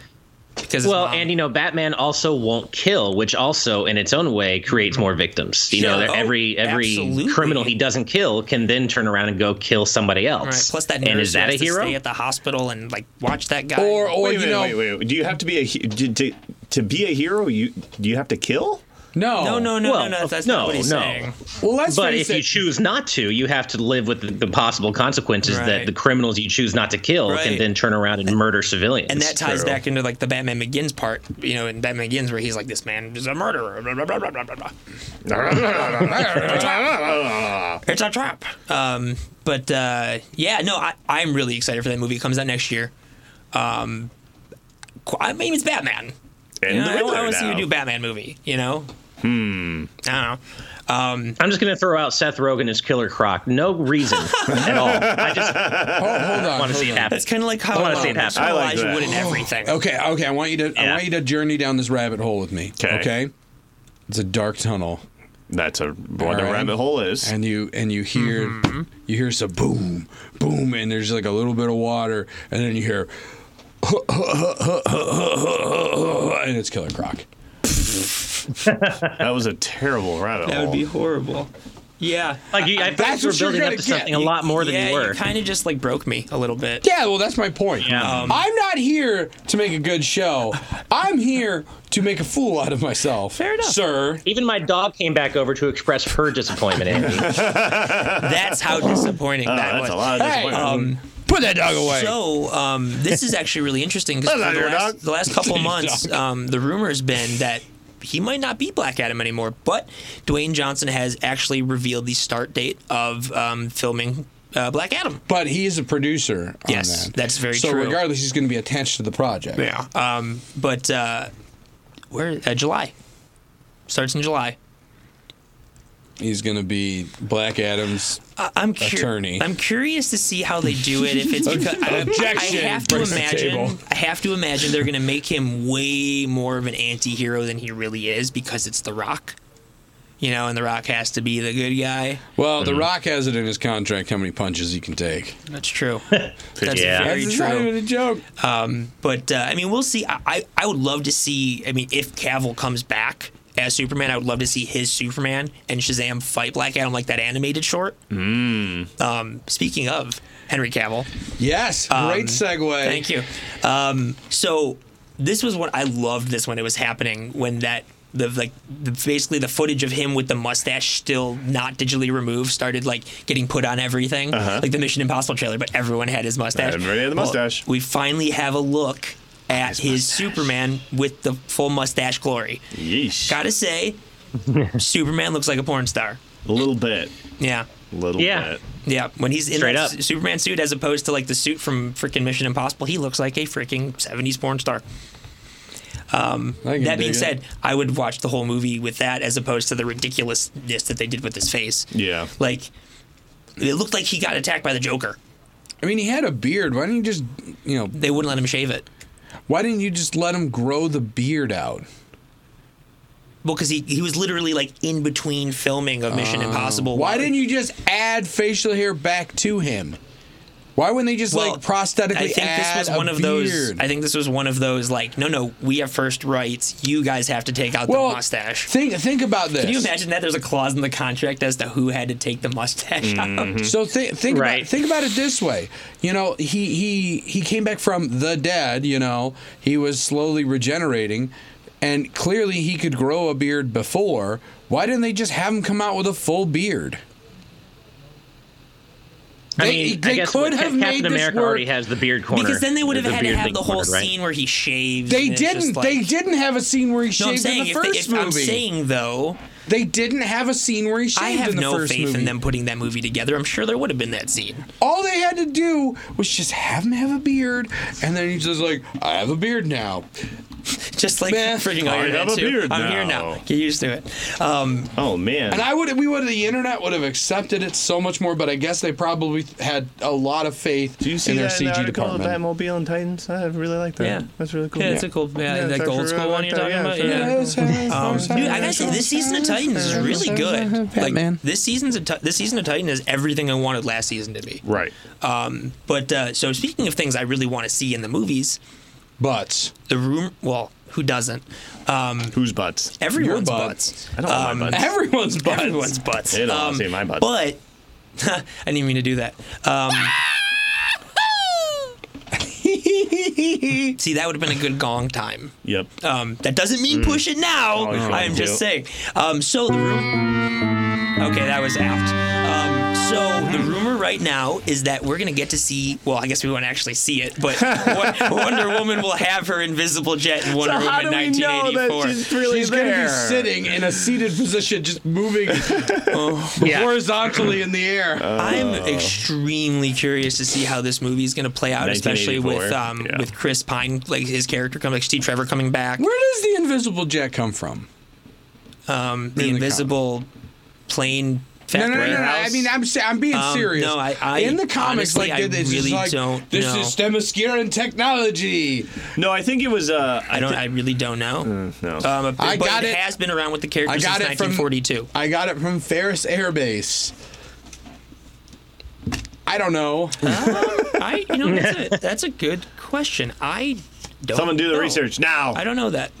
Speaker 2: Because his
Speaker 4: Well,
Speaker 2: mom-
Speaker 4: and you know, Batman also won't kill, which also, in its own way, creates more victims. You
Speaker 2: Sure.
Speaker 4: know, they're-
Speaker 2: Oh,
Speaker 4: every every
Speaker 2: absolutely.
Speaker 4: criminal he doesn't kill can then turn around and go kill somebody else.
Speaker 2: Right, plus that nurse
Speaker 4: and is
Speaker 2: who
Speaker 4: that a
Speaker 2: has to
Speaker 4: hero? oh.
Speaker 2: stay at the hospital and like watch that guy.
Speaker 1: Or, or
Speaker 3: wait,
Speaker 1: you
Speaker 3: wait,
Speaker 1: know,
Speaker 3: wait, wait, Do you have to be a he- to, to, to be a hero? You do you have to kill?
Speaker 1: no,
Speaker 2: no, no, no,
Speaker 4: Well,
Speaker 2: no, no. That's
Speaker 4: no,
Speaker 2: not what he's
Speaker 4: no.
Speaker 2: saying.
Speaker 1: Well, let's
Speaker 4: but
Speaker 1: face
Speaker 4: if you
Speaker 1: it,
Speaker 4: choose not to, you have to live with the, the possible consequences
Speaker 2: Right.
Speaker 4: that the criminals you choose not to kill
Speaker 2: Right.
Speaker 4: can then turn around and, murder civilians.
Speaker 2: And that ties
Speaker 3: true.
Speaker 2: back into like the Batman Begins part, you know, in Batman Begins where he's like, "This man is a murderer." Blah, blah, blah, blah, blah, blah, blah. It's a trap. Um, but uh, yeah, no, I, I'm really excited for that movie. It comes out next year. Um, qu- I mean, it's Batman.
Speaker 3: And
Speaker 2: You know,
Speaker 3: the
Speaker 2: I don't
Speaker 3: Riddler
Speaker 2: want to see
Speaker 3: now.
Speaker 2: you do Batman movie. You know. Hmm. I don't know. Um,
Speaker 4: I'm just going to throw out Seth Rogen as Killer Croc. No reason at all. I just
Speaker 1: oh, hold on,
Speaker 4: want to see
Speaker 1: hold
Speaker 4: it
Speaker 1: on.
Speaker 4: happen.
Speaker 2: that's kind of like how
Speaker 4: I wanna
Speaker 2: um,
Speaker 4: see it happen.
Speaker 3: I like
Speaker 2: Elijah
Speaker 3: that.
Speaker 2: Wood in everything.
Speaker 1: Okay, okay. I want you to I
Speaker 4: Yeah.
Speaker 1: want you to journey down this rabbit hole with me.
Speaker 3: 'Kay.
Speaker 1: Okay. It's a dark tunnel,
Speaker 3: That's a what the
Speaker 1: Alright.
Speaker 3: rabbit hole is.
Speaker 1: and you and you hear
Speaker 2: Mm-hmm.
Speaker 1: you hear some boom, boom, and there's like a little bit of water, and then you hear, and it's Killer Croc.
Speaker 3: that was a terrible rabbit hole.
Speaker 2: horrible. Yeah.
Speaker 4: Like you, I
Speaker 1: That's
Speaker 4: thought you were
Speaker 1: what you're
Speaker 4: building up
Speaker 1: gonna
Speaker 4: to something
Speaker 1: get.
Speaker 4: a lot more than
Speaker 2: yeah,
Speaker 4: you were.
Speaker 2: kind of just like broke me a little bit.
Speaker 1: Yeah, well, that's my point.
Speaker 4: Yeah. Um,
Speaker 1: I'm not here to make a good show. I'm here to make a fool out of myself. Fair
Speaker 2: enough.
Speaker 1: sir.
Speaker 4: Even my dog came back over to express her disappointment in me.
Speaker 2: That's how disappointing
Speaker 3: Oh,
Speaker 2: that
Speaker 3: that's
Speaker 2: was.
Speaker 3: a lot of
Speaker 1: Hey, um,
Speaker 3: disappointment.
Speaker 1: put that dog away.
Speaker 2: So um, this is actually really interesting because
Speaker 3: That's not
Speaker 2: the,
Speaker 3: your
Speaker 2: last-
Speaker 3: dog.
Speaker 2: the last couple
Speaker 1: Your
Speaker 2: months,
Speaker 1: dog.
Speaker 2: um, the rumor has been that he might not be Black Adam anymore. But Dwayne Johnson has actually revealed the start date of um, filming uh, Black Adam.
Speaker 1: but he is a producer. on
Speaker 2: Yes,
Speaker 1: that.
Speaker 2: that's very
Speaker 1: so
Speaker 2: true.
Speaker 1: regardless, he's going to be attached to the project.
Speaker 2: Yeah. Um, but uh, where uh, July starts in July.
Speaker 1: He's going to be Black Adam's.
Speaker 2: I- I'm cur-
Speaker 1: Attorney.
Speaker 2: I'm curious to see how they do it. If it's because I,
Speaker 1: Objection.
Speaker 2: I have to
Speaker 1: Breaks the table.
Speaker 2: imagine. I have to imagine they're going to make him way more of an anti-hero than he really is because it's The Rock. You know, and The Rock has to be the good guy.
Speaker 1: Well,
Speaker 2: Mm-hmm.
Speaker 1: The Rock has it in his contract how many punches he can take.
Speaker 2: That's true. Oh, That's
Speaker 4: Yeah.
Speaker 2: very
Speaker 1: that's not
Speaker 2: true.
Speaker 1: even a joke.
Speaker 2: But uh, I mean, we'll see. I, I I would love to see. I mean, if Cavill comes back as Superman, I would love to see his Superman and Shazam fight Black Adam like that animated short.
Speaker 1: Mm.
Speaker 2: Um, speaking of Henry Cavill.
Speaker 1: yes, great segue.
Speaker 2: Um, Thank you. Um, so this was what I loved this when it was happening when that the like the, basically the footage of him with the mustache still not digitally removed started like getting put on everything like the Mission Impossible trailer, but everyone had his mustache.
Speaker 3: Uh-huh. Everybody had the
Speaker 2: Well,
Speaker 3: mustache.
Speaker 2: we finally have a look at his, Superman with the full mustache glory.
Speaker 3: Yeesh.
Speaker 2: Gotta say, Superman looks like a porn star.
Speaker 3: A little bit.
Speaker 2: Yeah.
Speaker 3: A little
Speaker 4: Yeah.
Speaker 3: bit.
Speaker 2: Yeah, when he's in
Speaker 4: Straight
Speaker 2: that
Speaker 4: up.
Speaker 2: Su- Superman suit as opposed to like the suit from freaking Mission Impossible, he looks like a freaking 70s porn star.
Speaker 1: I can
Speaker 2: That being
Speaker 1: dig it.
Speaker 2: said, I would watch the whole movie with that as opposed to the ridiculousness that they did with his face.
Speaker 3: Yeah.
Speaker 2: Like it looked like he got attacked by the Joker.
Speaker 1: I mean, he had a beard. Why didn't you just, you know,
Speaker 2: They wouldn't let him shave it.
Speaker 1: why didn't you just let him grow the beard out?
Speaker 2: Well, because he, he was literally like in between filming of Mission Impossible.
Speaker 1: Oh. Why didn't you just add facial hair back to him? Why wouldn't they just
Speaker 2: Well,
Speaker 1: like prosthetically
Speaker 2: I think
Speaker 1: add
Speaker 2: this was
Speaker 1: a
Speaker 2: one of those.
Speaker 1: beard?
Speaker 2: I think this was one of those like, no, no, we have first rights. You guys have to take out the mustache.
Speaker 1: Think think about this.
Speaker 2: Can you imagine that? There's a clause in the contract as to who had to take the mustache out.
Speaker 1: Mm-hmm. So think think
Speaker 4: Right.
Speaker 1: about think about it this way. You know, he he he came back from the dead. You know, he was slowly regenerating, and clearly he could grow a beard before. Why didn't they just have him come out with a full beard?
Speaker 4: I
Speaker 1: They-
Speaker 4: mean,
Speaker 1: they
Speaker 4: I guess
Speaker 1: could
Speaker 4: what-
Speaker 1: have
Speaker 4: Captain
Speaker 1: made this
Speaker 4: America
Speaker 1: work.
Speaker 4: already has the beard corner.
Speaker 2: Because then they would have
Speaker 4: The
Speaker 2: had to
Speaker 4: beard
Speaker 2: have
Speaker 4: thing
Speaker 2: the whole
Speaker 4: cornered, right?
Speaker 2: scene where he shaves.
Speaker 1: They
Speaker 2: and it's just
Speaker 1: didn't.
Speaker 2: like-
Speaker 1: they didn't have a scene where he
Speaker 2: No, I'm
Speaker 1: shaved
Speaker 2: saying
Speaker 1: in the
Speaker 2: if,
Speaker 1: first
Speaker 2: they, if
Speaker 1: movie.
Speaker 2: I'm saying though,
Speaker 1: they didn't have a scene where he shaved
Speaker 2: I have
Speaker 1: in the
Speaker 2: no
Speaker 1: first
Speaker 2: faith
Speaker 1: movie.
Speaker 2: in them putting that movie together. I'm sure there would have been that scene.
Speaker 1: All they had to do was just have him have a beard, and then he's just like, "I have a beard now."
Speaker 2: Just like
Speaker 1: Meh.
Speaker 2: freaking
Speaker 3: I
Speaker 2: Iron Man
Speaker 3: have a
Speaker 2: 2.
Speaker 3: beard
Speaker 2: I'm here
Speaker 3: now.
Speaker 2: now. Get used to it. Um,
Speaker 3: Oh man.
Speaker 1: And I would, we would, the internet would have accepted it so much more. But I guess they probably had a lot of faith
Speaker 3: Do you see
Speaker 1: in their
Speaker 3: that in
Speaker 1: CG
Speaker 3: the article
Speaker 1: department.
Speaker 3: of Batmobile and Titans? I really like that.
Speaker 2: Yeah.
Speaker 3: That's really cool.
Speaker 2: yeah, it's a cool. Yeah,
Speaker 3: Yeah,
Speaker 2: like
Speaker 3: it's
Speaker 2: the
Speaker 3: actually
Speaker 2: old school
Speaker 3: really
Speaker 2: one you're
Speaker 3: like
Speaker 2: talking about.
Speaker 3: that, yeah,
Speaker 2: Yeah.
Speaker 3: sure.
Speaker 2: Um, dude, I gotta say, this season of Titans is really good.
Speaker 1: Batman.
Speaker 2: Like, this season's of, Ti- this season of Titan is everything I wanted last season to be.
Speaker 3: Right.
Speaker 2: Um, but uh, so speaking of things I really want to see in the movies,
Speaker 1: But
Speaker 2: the room. Well, who doesn't? Um,
Speaker 3: Whose butts?
Speaker 2: everyone's
Speaker 1: butt.
Speaker 2: butts.
Speaker 3: I don't want my
Speaker 2: Um,
Speaker 3: butts.
Speaker 1: everyone's butts.
Speaker 2: Everyone's butts. Um,
Speaker 3: They don't wanna see my butt.
Speaker 2: But I didn't mean to do that. Um, see, that would have been a good gong time.
Speaker 3: Yep.
Speaker 2: Um, that doesn't mean push it now.
Speaker 3: Mm. Oh, yeah.
Speaker 2: I am just
Speaker 3: Yeah.
Speaker 2: saying. Um, so the room. Okay, that was apt. Um, so the rumor right now is that we're gonna get to see. Well, I guess we won't actually see it, but Won- Wonder Woman will have her invisible jet in Wonder
Speaker 3: how
Speaker 2: Woman
Speaker 3: do we know
Speaker 2: 1984.
Speaker 3: that she's really
Speaker 1: She's gonna
Speaker 3: there?
Speaker 1: be sitting in a seated position, just moving
Speaker 4: Yeah.
Speaker 1: horizontally in the air.
Speaker 2: I'm
Speaker 3: Oh.
Speaker 2: extremely curious to see how this movie is going to play out, especially with
Speaker 3: 1984,
Speaker 2: um,
Speaker 3: yeah.
Speaker 2: with Chris Pine, like his character coming, like Steve Trevor coming back.
Speaker 1: Where does the invisible jet come from?
Speaker 2: Um, the
Speaker 1: in the
Speaker 2: invisible plane
Speaker 1: No,
Speaker 2: factory.
Speaker 1: no, no, no, no. I mean, I'm sa- I'm being
Speaker 2: Um,
Speaker 1: serious.
Speaker 2: no, I- I-
Speaker 1: in the comics,
Speaker 2: honestly,
Speaker 1: like they-
Speaker 2: I
Speaker 1: it's just
Speaker 2: really
Speaker 1: like
Speaker 2: don't
Speaker 1: this
Speaker 2: know.
Speaker 1: is Themysciran technology.
Speaker 3: No, I think it was. Uh,
Speaker 2: I don't.
Speaker 3: thi-
Speaker 2: I really don't know.
Speaker 3: no.
Speaker 2: Um,
Speaker 1: Hmm. I
Speaker 2: but
Speaker 1: got
Speaker 2: it,
Speaker 1: it-
Speaker 2: has been around with the character
Speaker 1: I
Speaker 2: since
Speaker 1: got it from
Speaker 2: 1942.
Speaker 1: I got it from Ferris Air Base. I don't know.
Speaker 2: I, you know, that's a, that's a good question. I don't.
Speaker 3: Someone do the
Speaker 2: know.
Speaker 3: research now.
Speaker 2: I don't know that.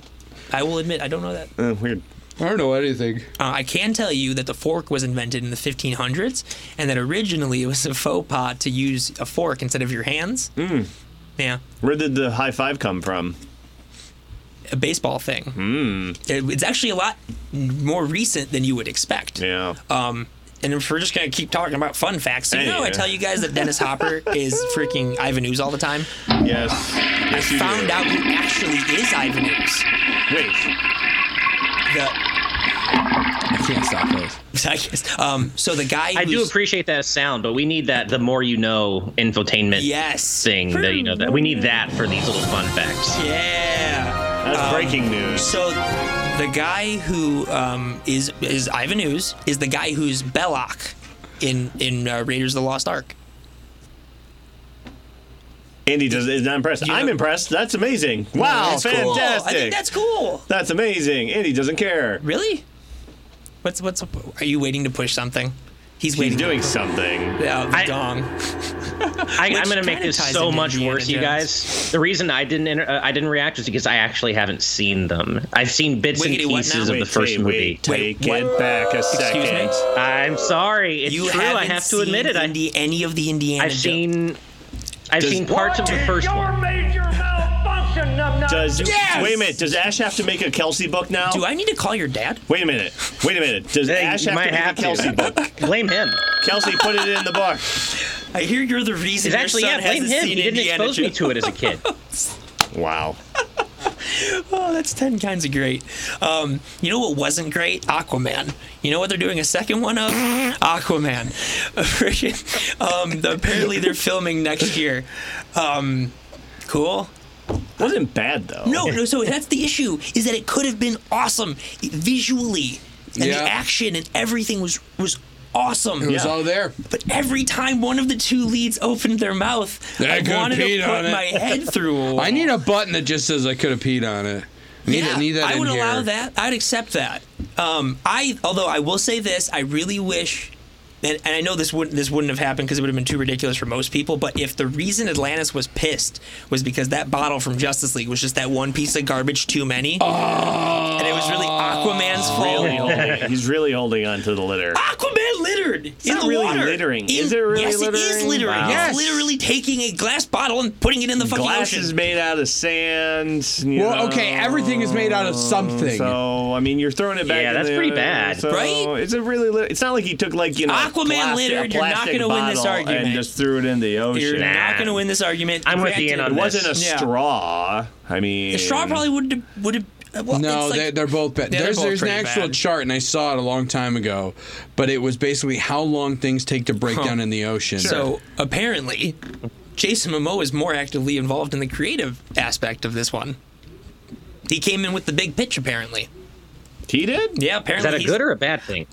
Speaker 2: I will admit, I don't know that.
Speaker 3: Uh, weird.
Speaker 1: I don't know anything.
Speaker 2: Uh, I can tell you that the fork was invented in the 1500s, and that originally it was a faux pas to use a fork instead of your hands. Mm. Yeah,
Speaker 3: Where did the high five come from?
Speaker 2: a baseball thing. Mm. it's actually a lot more recent than you would expect.
Speaker 3: Yeah.
Speaker 2: Um, and if we're just gonna keep talking about fun facts, so you
Speaker 3: Hey,
Speaker 2: know, I
Speaker 3: yeah.
Speaker 2: tell you guys that Dennis Hopper is freaking Ivan Ooze all the time.
Speaker 3: yes.
Speaker 2: I
Speaker 3: Yes, you
Speaker 2: found
Speaker 3: do.
Speaker 2: out who actually is Ivan Ooze.
Speaker 3: Wait.
Speaker 2: The
Speaker 1: I can't stop those.
Speaker 2: I guess, um, so the guy.
Speaker 4: I do
Speaker 2: who's-
Speaker 4: appreciate that sound, but we need that the more you know infotainment
Speaker 2: Yes.
Speaker 4: thing that you know that we need that for these little fun facts.
Speaker 2: Yeah.
Speaker 3: That's breaking news.
Speaker 2: So the guy who um, is is Ivan Ooze is the guy who's Belloc in in uh, Raiders of the Lost Ark.
Speaker 3: Andy does is not impressed.
Speaker 2: You know-
Speaker 3: I'm impressed. That's amazing.
Speaker 4: Oh,
Speaker 3: Wow,
Speaker 2: That's cool. I
Speaker 3: fantastic.
Speaker 2: think that's cool.
Speaker 3: That's amazing. Andy doesn't care.
Speaker 2: Really? What's what's? Are you waiting to push something? He's
Speaker 3: He's
Speaker 2: waiting.
Speaker 3: doing something.
Speaker 2: Yeah, the
Speaker 4: I-
Speaker 2: dong.
Speaker 4: I,
Speaker 2: Which
Speaker 4: I'm going to make
Speaker 2: kinda
Speaker 4: this
Speaker 2: ties
Speaker 4: so
Speaker 2: into
Speaker 4: much
Speaker 2: Indiana
Speaker 4: worse, you
Speaker 2: Jones.
Speaker 4: guys. The reason I didn't inter- uh, I didn't react was because I actually haven't seen them. I've seen bits
Speaker 2: Wiggity what
Speaker 4: and
Speaker 2: now?
Speaker 4: pieces of
Speaker 3: Wait,
Speaker 4: the first
Speaker 3: wait,
Speaker 4: movie.
Speaker 3: wait.
Speaker 2: Wait,
Speaker 3: Take
Speaker 2: what?
Speaker 3: it back a second.
Speaker 4: I'm sorry, it's
Speaker 2: You
Speaker 4: true.
Speaker 2: haven't
Speaker 4: I have to
Speaker 2: seen
Speaker 4: admit it. I,
Speaker 2: Indi- any of the Indiana
Speaker 4: I've
Speaker 2: Jo-
Speaker 4: seen I've
Speaker 3: Does-
Speaker 4: seen parts of the
Speaker 5: What is
Speaker 4: first one.
Speaker 5: Your major malfunction, numb
Speaker 3: Does
Speaker 2: Yes!
Speaker 3: wait a minute? Does Ash have to make a Kelsey book now?
Speaker 2: Do I need to call your dad?
Speaker 3: Wait a minute. Wait a minute. Does
Speaker 4: Hey,
Speaker 3: Ash
Speaker 4: you
Speaker 3: have to
Speaker 4: might
Speaker 3: make
Speaker 4: have
Speaker 3: a
Speaker 4: to.
Speaker 3: Kelsey book?
Speaker 4: Blame him.
Speaker 3: Kelsey, put it in the book.
Speaker 2: I hear you're the reason.
Speaker 4: It's
Speaker 2: your
Speaker 4: actually
Speaker 2: son
Speaker 4: yeah. Blame
Speaker 2: hasn't seen
Speaker 4: him. He didn't
Speaker 2: Indiana
Speaker 4: expose
Speaker 2: Jo-
Speaker 4: me to it as a kid.
Speaker 3: Wow.
Speaker 2: Oh, that's ten kinds of great. Um, you know what wasn't great? Aquaman. You know what they're doing a second one of? Aquaman. Freaking- um, apparently they're filming next year. Um, cool.
Speaker 3: Wasn't bad though.
Speaker 2: No, no. So that's the issue: is that it could have been awesome visually, and
Speaker 1: Yeah.
Speaker 2: the action and everything was was awesome.
Speaker 1: It was all there.
Speaker 2: But every time one of the two leads opened their mouth,
Speaker 1: That
Speaker 2: I
Speaker 1: could
Speaker 2: wanted to
Speaker 1: peed on
Speaker 2: put
Speaker 1: it.
Speaker 2: my head through. a wall.
Speaker 1: I need a button that just says I could have peed on it. I Need,
Speaker 2: Yeah,
Speaker 1: it, need that
Speaker 2: I
Speaker 1: in
Speaker 2: would
Speaker 1: here.
Speaker 2: allow that. I'd accept that. Um, I although I will say this, I really wish. And, and I know this wouldn't this wouldn't have happened because it would have been too ridiculous for most people. But if the reason Atlantis was pissed was because that bottle from Justice League was just that one piece of garbage too many, and it was really Aquaman's fault.
Speaker 3: Oh. Really holding, he's really holding on to the litter.
Speaker 2: Ah, Aquaman littered in
Speaker 3: not
Speaker 2: the
Speaker 3: really
Speaker 2: water.
Speaker 3: littering. Is it really
Speaker 2: yes, it is
Speaker 3: littering?
Speaker 2: littering.
Speaker 3: Wow.
Speaker 2: It's
Speaker 1: Yes.
Speaker 2: literally taking a glass bottle and putting it in the fucking
Speaker 3: Glass
Speaker 2: ocean.
Speaker 3: is made out of sand. you
Speaker 1: Well, okay,
Speaker 3: know.
Speaker 1: everything is made out of something.
Speaker 3: Um, So I mean, you're throwing it back.
Speaker 4: Yeah,
Speaker 3: in
Speaker 4: that's
Speaker 3: the-
Speaker 4: pretty bad.
Speaker 3: so
Speaker 2: Right?
Speaker 3: It's a really. Li- it's not like he took like you know.
Speaker 2: Aquaman
Speaker 3: plastic,
Speaker 2: littered,
Speaker 3: A
Speaker 2: you're not
Speaker 3: plastic
Speaker 2: gonna win this
Speaker 3: bottle
Speaker 2: argument.
Speaker 3: And just threw it in the ocean.
Speaker 2: You're not going to win this argument.
Speaker 4: I'm with
Speaker 2: Granted,
Speaker 4: Ian on
Speaker 3: It
Speaker 4: this.
Speaker 3: wasn't a
Speaker 2: Yeah.
Speaker 3: straw. I mean,
Speaker 2: The straw probably would have would have. Well,
Speaker 1: No,
Speaker 2: it's like,
Speaker 1: they, they're both bad.
Speaker 2: Yeah, they're
Speaker 1: there's
Speaker 2: both
Speaker 1: there's an
Speaker 2: pretty
Speaker 1: actual
Speaker 2: bad.
Speaker 1: chart, and I saw it a long time ago, but it was basically how long things take to break down in the ocean.
Speaker 2: So apparently, Jason Momoa is more actively involved in the creative aspect of this one. He came in with the big pitch, apparently.
Speaker 3: He did.
Speaker 2: Yeah,
Speaker 4: Is
Speaker 2: apparently.
Speaker 4: that a
Speaker 2: he's-
Speaker 4: good or a bad thing?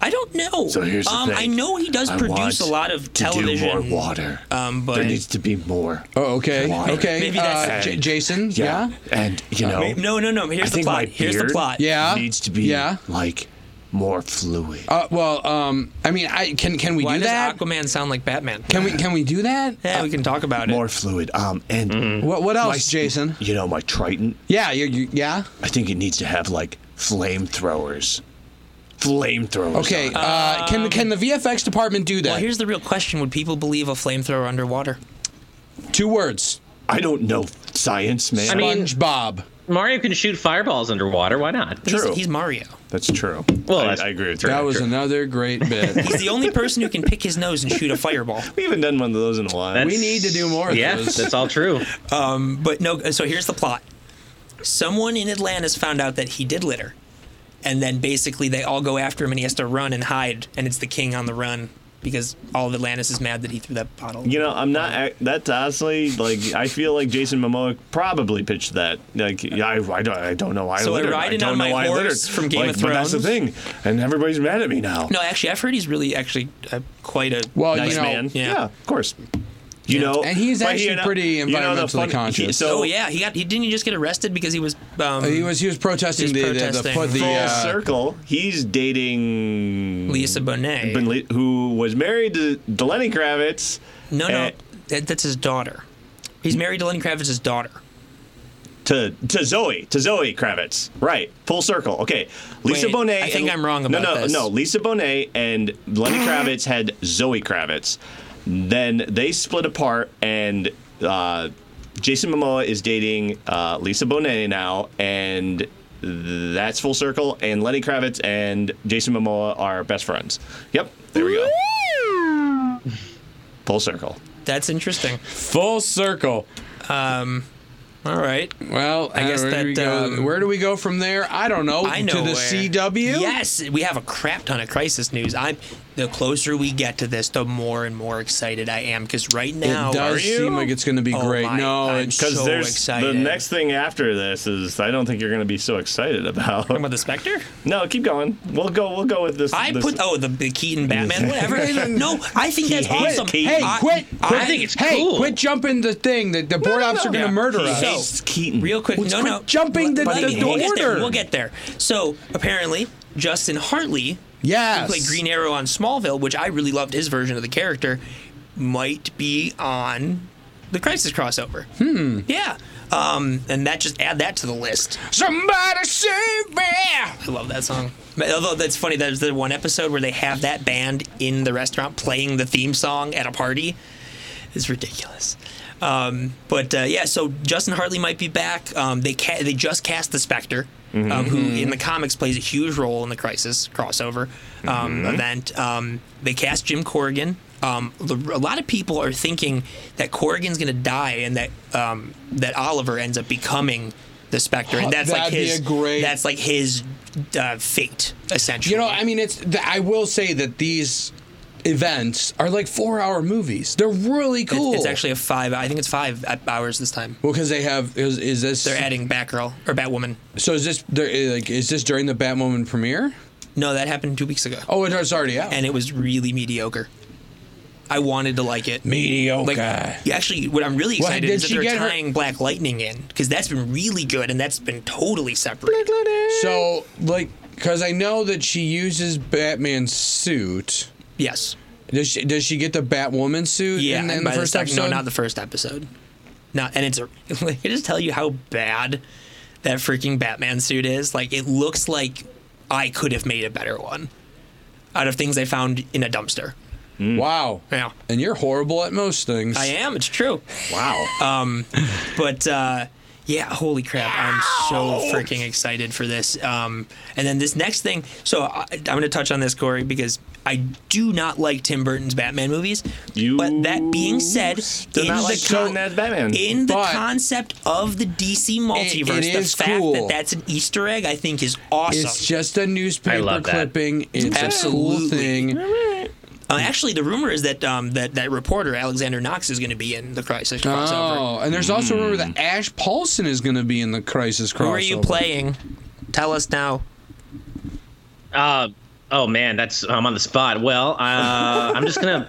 Speaker 2: I don't know.
Speaker 3: So here's the
Speaker 2: um,
Speaker 3: thing.
Speaker 2: I know he does
Speaker 3: I
Speaker 2: produce
Speaker 3: want
Speaker 2: a lot of
Speaker 3: to do
Speaker 2: television.
Speaker 3: more water.
Speaker 2: Um, but
Speaker 3: There needs to be more.
Speaker 1: Oh, okay,
Speaker 3: Water.
Speaker 1: okay.
Speaker 2: Maybe that's-
Speaker 1: uh, J- Jason,
Speaker 3: Yeah.
Speaker 1: yeah,
Speaker 3: And you know,
Speaker 2: Uh, no, no, no. Here's
Speaker 3: I
Speaker 2: the
Speaker 3: think my
Speaker 2: plot. Here's the
Speaker 3: beard-
Speaker 2: plot.
Speaker 1: yeah,
Speaker 3: needs to be
Speaker 1: yeah.
Speaker 3: like more fluid.
Speaker 1: Uh, well, um, I mean, I can can we
Speaker 2: Why
Speaker 1: do
Speaker 2: does
Speaker 1: that?
Speaker 2: Aquaman sound like Batman?
Speaker 1: Can we can we do that?
Speaker 2: yeah, we can talk about
Speaker 3: more fluid. Um, and
Speaker 2: Mm-hmm.
Speaker 1: What what else,
Speaker 3: my-
Speaker 1: Jason?
Speaker 3: You know, my Triton.
Speaker 1: Yeah, you, you yeah.
Speaker 3: I think it needs to have like flamethrowers. Flamethrowers.
Speaker 1: Okay,
Speaker 3: on it.
Speaker 1: uh, can can the VFX department do
Speaker 2: it. Um, Well,
Speaker 1: that?
Speaker 2: here's the real question: Would people believe a flamethrower underwater?
Speaker 1: Two words:
Speaker 3: I don't know science, man.
Speaker 4: I mean-
Speaker 1: SpongeBob.
Speaker 4: Mario can shoot fireballs underwater. Why not?
Speaker 2: He's-
Speaker 3: True.
Speaker 2: He's, Mario.
Speaker 3: that's true.
Speaker 4: Well,
Speaker 3: I,
Speaker 4: that's-
Speaker 3: I agree with you.
Speaker 1: That was another great bit.
Speaker 2: He's the only person who can pick his nose and shoot a fireball.
Speaker 3: we haven't done one of those in a while.
Speaker 4: That's-
Speaker 1: we need to do more of
Speaker 4: Yeah,
Speaker 1: those.
Speaker 4: that's all true.
Speaker 2: But no, so here's the plot. Someone in Atlantis found out that he did litter. And then basically they all go after him and he has to run and hide. And it's the king on the run because all of Atlantis is mad that he threw that bottle.
Speaker 3: you know, I'm not. ac- That's honestly like I feel like Jason Momoa probably pitched that. Like I, I don't, I don't know why
Speaker 2: So
Speaker 3: I littered. I
Speaker 2: riding
Speaker 3: don't
Speaker 2: on
Speaker 3: know
Speaker 2: my
Speaker 3: why I
Speaker 2: horse
Speaker 3: littered.
Speaker 2: from Game
Speaker 3: like,
Speaker 2: of
Speaker 3: but that's the
Speaker 2: Thrones?
Speaker 3: thing, and everybody's mad at me now.
Speaker 2: No, actually, I've heard he's really actually uh, quite a.
Speaker 1: Well,
Speaker 3: nice
Speaker 1: you know,
Speaker 3: man.
Speaker 2: yeah.
Speaker 3: of course. You
Speaker 2: Yeah.
Speaker 3: know,
Speaker 1: And he's
Speaker 3: but
Speaker 1: actually pretty
Speaker 3: the
Speaker 1: environmentally conscious.
Speaker 3: so
Speaker 2: oh yeah, he got. He didn't he just get arrested because he was. Um,
Speaker 1: He was he was protesting
Speaker 2: He
Speaker 1: the, the
Speaker 2: was
Speaker 1: the
Speaker 2: protesting.
Speaker 1: put the
Speaker 3: full
Speaker 1: uh,
Speaker 3: circle, he's dating
Speaker 2: Lisa Bonet.
Speaker 3: Ben Le- who was married to, to Lenny Kravitz.
Speaker 2: no, no,
Speaker 3: Eh.
Speaker 2: that, that's his daughter. He's married to Lenny Kravitz's daughter.
Speaker 3: to to Zoe to Zoe Kravitz. Right, full circle. Okay, Lisa
Speaker 2: Wait,
Speaker 3: Bonet.
Speaker 2: I think
Speaker 3: and-
Speaker 2: I'm wrong
Speaker 3: no,
Speaker 2: about
Speaker 3: no,
Speaker 2: this.
Speaker 3: No, Lisa Bonet and Lenny Kravitz had Zoe Kravitz. Then they split apart, and uh, Jason Momoa is dating uh, Lisa Bonet now, and that's full circle. And Lenny Kravitz and Jason Momoa are best friends. Yep, there we go. Full circle.
Speaker 2: That's interesting.
Speaker 1: Full circle.
Speaker 2: All right.
Speaker 1: Well, I
Speaker 2: guess
Speaker 1: where do we
Speaker 2: that,
Speaker 1: go?
Speaker 2: um,
Speaker 1: where do we go from there? I don't know.
Speaker 2: I know
Speaker 1: to the
Speaker 2: where.
Speaker 1: CW.
Speaker 2: Yes, we have a crap ton of crisis news. I'm the closer we get to this, the more and more excited I am because right
Speaker 1: It
Speaker 2: now
Speaker 1: does seem like it's going to be
Speaker 2: Oh
Speaker 1: great.
Speaker 2: my-
Speaker 1: no,
Speaker 2: I'm
Speaker 1: it's
Speaker 2: so
Speaker 3: Because there's
Speaker 2: excited.
Speaker 3: the next thing after this is I don't think you're going to be so excited about.
Speaker 2: Talking about the Spectre?
Speaker 3: No, keep going. We'll go. We'll go with this.
Speaker 2: I
Speaker 3: this-
Speaker 2: put oh the, the Keaton Batman whatever. no, I think that's
Speaker 3: hates
Speaker 2: awesome.
Speaker 3: Keaton.
Speaker 1: Hey,
Speaker 2: I-
Speaker 1: quit!
Speaker 2: I
Speaker 1: quit-
Speaker 2: think it's
Speaker 1: hey,
Speaker 4: cool.
Speaker 1: quit jumping the thing. The, the board ops are going to
Speaker 2: Yeah.
Speaker 1: murder
Speaker 2: He
Speaker 1: us.
Speaker 2: hates
Speaker 3: It's Keaton.
Speaker 2: Real quick,
Speaker 1: Let's
Speaker 2: no,
Speaker 1: quit
Speaker 2: no,
Speaker 1: jumping the-
Speaker 2: Let
Speaker 1: the-
Speaker 2: me-
Speaker 1: the
Speaker 2: we'll Get there.
Speaker 1: order.
Speaker 2: We'll get there. So apparently, Justin Hartley,
Speaker 1: Yes.
Speaker 2: who played Green Arrow on Smallville, which I really loved his version of the character, might be on the Crisis crossover. Hmm. Yeah. Um, and that just add that to the list.
Speaker 1: Somebody save me!
Speaker 2: I love that song. But Although that's funny, there's the one episode where they have that band in the restaurant playing the theme song at a party. It's ridiculous. Um, but uh, yeah, so Justin Hartley might be back. Um, they ca- they just cast the Spectre,
Speaker 1: Mm-hmm.
Speaker 2: um, who in the comics plays a huge role in the Crisis crossover um,
Speaker 1: Mm-hmm.
Speaker 2: event. Um, they cast Jim Corrigan. Um, the, a lot of people are thinking that Corrigan's going to die and that um, that Oliver ends up becoming the Spectre, and that's like
Speaker 1: That'd be
Speaker 2: his
Speaker 1: a great-
Speaker 2: that's like his uh, fate essentially.
Speaker 1: You know, I mean, it's. th- I will say that these events are like four-hour movies. They're really
Speaker 2: It's-
Speaker 1: cool.
Speaker 2: It's actually a five. I think it's five uh, hours this time.
Speaker 1: well because they have is, is this
Speaker 2: They're adding Batgirl or Batwoman.
Speaker 1: so is this there, like is this during the Batwoman premiere?
Speaker 2: No, that happened two weeks ago.
Speaker 1: Oh, it's already out.
Speaker 2: and it was really mediocre. I wanted to like it.
Speaker 1: Mediocre.
Speaker 2: Like, yeah, actually, what I'm really
Speaker 1: Well,
Speaker 2: excited
Speaker 1: did
Speaker 2: is that
Speaker 1: she
Speaker 2: they're
Speaker 1: get her-
Speaker 2: tying Black Lightning in because that's been really good and that's been totally separate.
Speaker 1: So, like, because I know that she uses Batman's suit.
Speaker 2: Yes.
Speaker 1: Does she, does she get the Batwoman suit
Speaker 2: Yeah.
Speaker 1: in,
Speaker 2: and
Speaker 1: in the
Speaker 2: by
Speaker 1: first
Speaker 2: sec-
Speaker 1: episode?
Speaker 2: No, not the first episode. Not, and it's a. I can just tell you how bad that freaking Batman suit is. Like, it looks like I could have made a better one out of things I found in a dumpster.
Speaker 1: wow.
Speaker 2: Yeah.
Speaker 1: And you're horrible at most things.
Speaker 2: I am. It's true.
Speaker 3: Wow.
Speaker 2: uh, But uh, yeah, holy crap! I'm so freaking excited for this. Um, and then this next thing. So I, I'm going to touch on this, Corey, because I do not like Tim Burton's Batman movies.
Speaker 3: You
Speaker 2: but that being said,
Speaker 3: Do
Speaker 2: in
Speaker 3: not like
Speaker 2: the
Speaker 3: Sean as Batman.
Speaker 2: in the
Speaker 1: But-
Speaker 2: concept of the DC multiverse, the
Speaker 1: is
Speaker 2: fact
Speaker 1: cool.
Speaker 2: that that's an Easter egg, I think, is awesome.
Speaker 1: It's just a newspaper
Speaker 4: love that.
Speaker 1: clipping. It's a cool
Speaker 2: Absolutely.
Speaker 1: thing.
Speaker 2: Uh, actually, the rumor is that um, that that reporter Alexander Knox is going to be in the Crisis crossover.
Speaker 1: Oh, and there's also a rumor that Ash Paulson is going to be in the Crisis crossover.
Speaker 2: Hmm. Who are you playing? Tell us now.
Speaker 4: Uh, oh man, that's I'm on the spot. Well, uh, I'm just gonna,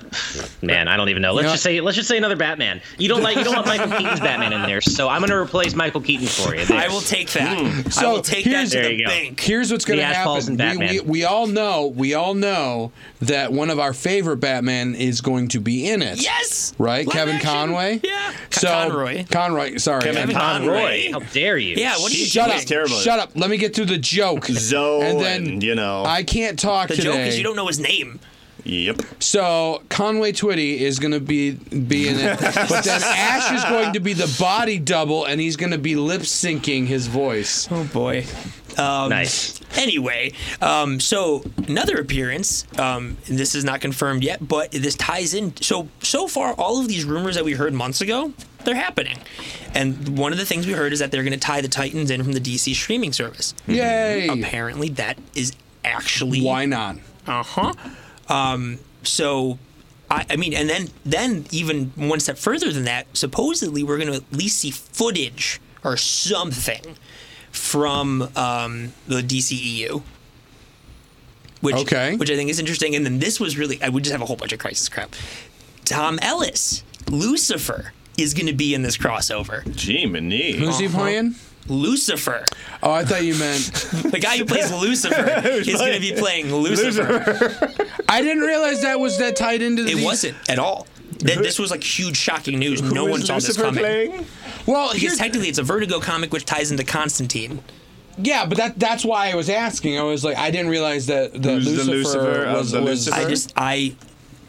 Speaker 4: man, I don't even know. Let's
Speaker 1: know-
Speaker 4: just say let's just say another Batman. You don't like you don't want Michael Keaton's Batman in there, so I'm gonna replace Michael Keaton for you.
Speaker 2: I will take that. I
Speaker 1: So
Speaker 2: will take
Speaker 1: here's-
Speaker 2: that to
Speaker 4: There
Speaker 2: the
Speaker 4: you go.
Speaker 2: bank.
Speaker 1: Here's what's going to
Speaker 4: The Ash
Speaker 1: happen.
Speaker 4: Paulson
Speaker 1: We,
Speaker 4: Batman.
Speaker 1: we, we all know. We all know that one of our favorite Batman is going to be in it.
Speaker 2: Yes.
Speaker 1: Right,
Speaker 2: Live
Speaker 1: Kevin
Speaker 2: action.
Speaker 1: Conway.
Speaker 2: Yeah.
Speaker 1: So
Speaker 2: Conroy.
Speaker 1: Conroy. Sorry.
Speaker 3: Kevin Conroy.
Speaker 4: How dare you?
Speaker 2: Yeah. What are you
Speaker 1: Shut
Speaker 2: doing?
Speaker 1: up!
Speaker 3: terrible.
Speaker 1: Shut up! Let me get through the joke.
Speaker 3: Zoe,
Speaker 1: and then
Speaker 3: you know.
Speaker 1: I can't talk
Speaker 2: The
Speaker 1: today.
Speaker 2: joke is you don't know his name.
Speaker 3: yep.
Speaker 1: So Conway Twitty is going to be be in it, but then Ash is going to be the body double, and he's going to be lip syncing his voice.
Speaker 2: Oh boy.
Speaker 4: Nice.
Speaker 2: Um, Anyway, um, so another appearance. Um, and this is not confirmed yet, but this ties in. So so far, all of these rumors that we heard months ago, they're happening. And one of the things we heard is that they're going to tie the Titans in from the DC streaming service.
Speaker 1: Yay!
Speaker 2: Apparently, that is actually
Speaker 1: Why not?
Speaker 2: Uh huh. Um, so, I, I mean, and then then even one step further than that, supposedly we're going to at least see footage or something from um, the DCEU. Which,
Speaker 1: Okay.
Speaker 2: which I think is interesting. And then this was really, I would just have a whole bunch of crisis crap. Tom Ellis, Lucifer, is going to be in this crossover.
Speaker 3: Gee, Minnie.
Speaker 1: Who's
Speaker 2: Uh-huh.
Speaker 1: he playing?
Speaker 2: Lucifer,
Speaker 1: Oh, I thought you meant.
Speaker 2: the guy who plays Lucifer, is going to be playing Lucifer.
Speaker 1: I didn't realize that was that tied into the.
Speaker 2: It wasn't at all. Th- this was like huge, shocking news.
Speaker 3: Who
Speaker 2: no
Speaker 3: is
Speaker 2: one saw this
Speaker 3: Lucifer
Speaker 2: coming.
Speaker 3: playing?
Speaker 1: Well,
Speaker 2: because
Speaker 1: here's-
Speaker 2: technically it's a Vertigo comic, which ties into Constantine.
Speaker 1: Yeah, but that that's why I was asking. I was like, I didn't realize that the
Speaker 3: Who's the
Speaker 1: Lucifer, Oh,
Speaker 3: Lucifer of
Speaker 1: was,
Speaker 3: the
Speaker 1: was-
Speaker 3: Lucifer?
Speaker 2: I just I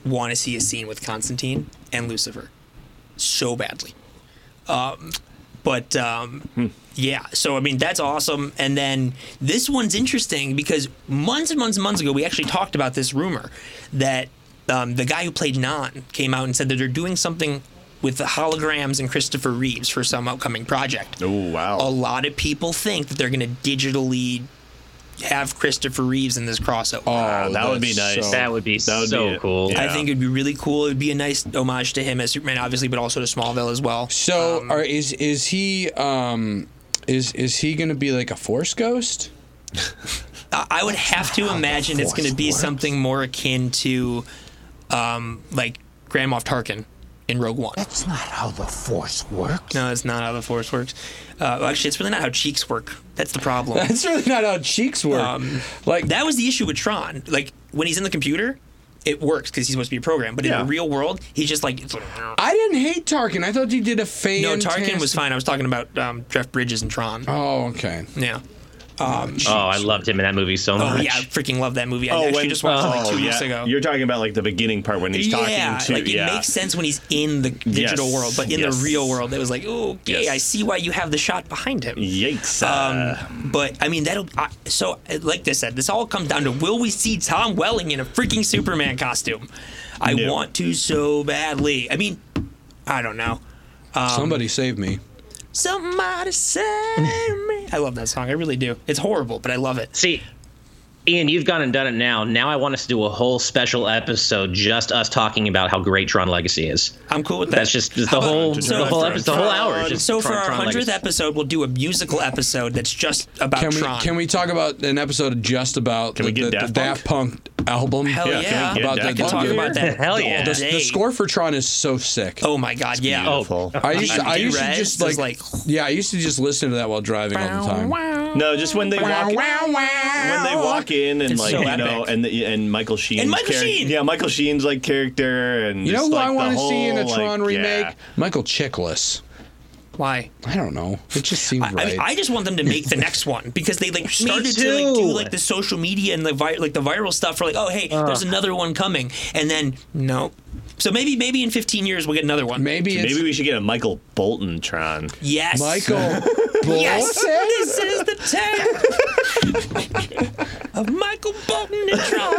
Speaker 2: want to see a scene with Constantine and Lucifer so badly. Um, but um,
Speaker 3: Hmm.
Speaker 2: yeah, so I mean that's awesome. And then this one's interesting because months and months and months ago we actually talked about this rumor that um, the guy who played Non came out and said that they're doing something with the holograms and Christopher Reeves for some upcoming project.
Speaker 3: Oh wow.
Speaker 2: A lot of people think that they're going to digitally have Christopher Reeves in this crossover.
Speaker 3: Ah, that would be
Speaker 1: that's
Speaker 3: nice.
Speaker 1: so-
Speaker 4: That would be
Speaker 3: That would be
Speaker 4: so
Speaker 3: it.
Speaker 4: cool.
Speaker 3: Yeah.
Speaker 2: I think it'd be really cool. It'd be a nice homage to him as Superman, obviously, but also to Smallville as well.
Speaker 1: So,
Speaker 2: um,
Speaker 1: are, is is he um is is he going to be like a force ghost?
Speaker 2: I I would have to imagine it's going to be something more akin to, um, like Grand Moff Tarkin in Rogue One.
Speaker 6: That's not how Oh, the Force works.
Speaker 2: No, it's not how the Force works. Uh, well, actually, it's really not how cheeks work. That's the problem.
Speaker 1: That's really not how cheeks work.
Speaker 2: Um,
Speaker 1: like
Speaker 2: that was the issue with Tron. Like when he's in the computer, it works because he's supposed to be programmed. But
Speaker 3: Yeah.
Speaker 2: in the real world, he's just like. it's like,
Speaker 1: I didn't hate Tarkin. I thought he did a fan.
Speaker 2: no, Tarkin was fine. I was talking about um, Jeff Bridges and Tron.
Speaker 1: Oh, okay.
Speaker 2: Yeah.
Speaker 4: Oh, I loved him in that movie so
Speaker 2: Oh
Speaker 4: much.
Speaker 2: yeah, I freaking love that movie. I actually
Speaker 3: when-
Speaker 2: just watched it like
Speaker 3: oh,
Speaker 2: two weeks
Speaker 3: yeah.
Speaker 2: ago.
Speaker 3: You're talking about like the beginning part when he's
Speaker 2: yeah,
Speaker 3: talking to
Speaker 2: like it
Speaker 3: yeah.
Speaker 2: makes sense when he's in the digital
Speaker 3: Yes,
Speaker 2: world, but in
Speaker 3: yes.
Speaker 2: the real world, it was like, oh, okay,
Speaker 3: Yes.
Speaker 2: I see why you have the shot behind him.
Speaker 3: Yikes. Uh,
Speaker 2: Um, but I mean, that'll. I, so, uh, like I said, this all comes down to will we see Tom Welling in a freaking Superman costume? I
Speaker 3: No.
Speaker 2: want to so badly. I mean, I don't know. Um,
Speaker 1: Somebody save me.
Speaker 2: Somebody save me. I love that song. I really do. It's horrible, but I love it.
Speaker 4: See, Ian, you've gone and done it now. Now I want us to do a whole special episode just us talking about how great Tron Legacy is.
Speaker 2: I'm cool with that.
Speaker 4: That's just, just
Speaker 2: How
Speaker 4: the
Speaker 2: about-
Speaker 4: whole
Speaker 3: Tron,
Speaker 4: the whole
Speaker 3: Tron,
Speaker 4: episode, the whole hour. is
Speaker 3: Tron.
Speaker 4: just
Speaker 2: So for
Speaker 4: Tron,
Speaker 2: our
Speaker 4: Tron
Speaker 2: hundredth
Speaker 4: Legacy.
Speaker 2: episode, we'll do a musical episode that's just about
Speaker 1: Can we
Speaker 2: Tron.
Speaker 1: can we talk about an episode just about
Speaker 3: Can
Speaker 1: the,
Speaker 3: we get
Speaker 1: the- the
Speaker 3: Daft
Speaker 1: Daft Punk album?
Speaker 2: Hell yeah!
Speaker 3: yeah.
Speaker 1: About
Speaker 3: Yeah,
Speaker 1: the,
Speaker 3: I can
Speaker 2: We'll talk
Speaker 3: Punk
Speaker 2: about
Speaker 3: here?
Speaker 2: that.
Speaker 4: Hell
Speaker 2: all
Speaker 4: yeah.
Speaker 1: The,
Speaker 2: day.
Speaker 1: the score for Tron is so sick.
Speaker 2: Oh my god! Yeah.
Speaker 3: Beautiful.
Speaker 1: I used to, I
Speaker 2: Dude,
Speaker 1: used to
Speaker 2: right?
Speaker 1: just
Speaker 2: It
Speaker 1: like,
Speaker 2: was
Speaker 1: yeah, I used to just listen to that while driving all the time.
Speaker 3: no, just when they walk when they walk in and
Speaker 2: It's
Speaker 3: like
Speaker 2: so
Speaker 3: you know
Speaker 2: epic.
Speaker 3: and the, and Michael Sheen
Speaker 2: And Michael Sheen!
Speaker 3: yeah Michael Sheen's like character and
Speaker 1: You know
Speaker 3: just,
Speaker 1: who
Speaker 3: like,
Speaker 1: I
Speaker 3: the
Speaker 1: want to see in a
Speaker 3: whole,
Speaker 1: Tron
Speaker 3: like,
Speaker 1: remake?
Speaker 3: yeah.
Speaker 1: Michael Chiklis.
Speaker 2: Why?
Speaker 1: I don't know. It just seemed
Speaker 2: I
Speaker 1: right.
Speaker 2: mean, I just want them to make the next one because they like started to
Speaker 4: too. Uh.
Speaker 2: like do like the social media and the vi- like the viral stuff for like, oh hey, there's another one coming, and then no. So maybe maybe in 15 years we'll get another one.
Speaker 1: maybe it's
Speaker 3: Maybe we should get a Michael Bolton Tron.
Speaker 2: Yes.
Speaker 1: Michael
Speaker 2: Yes.
Speaker 1: Bolton?
Speaker 2: this is the time of Michael Bolton and Tron.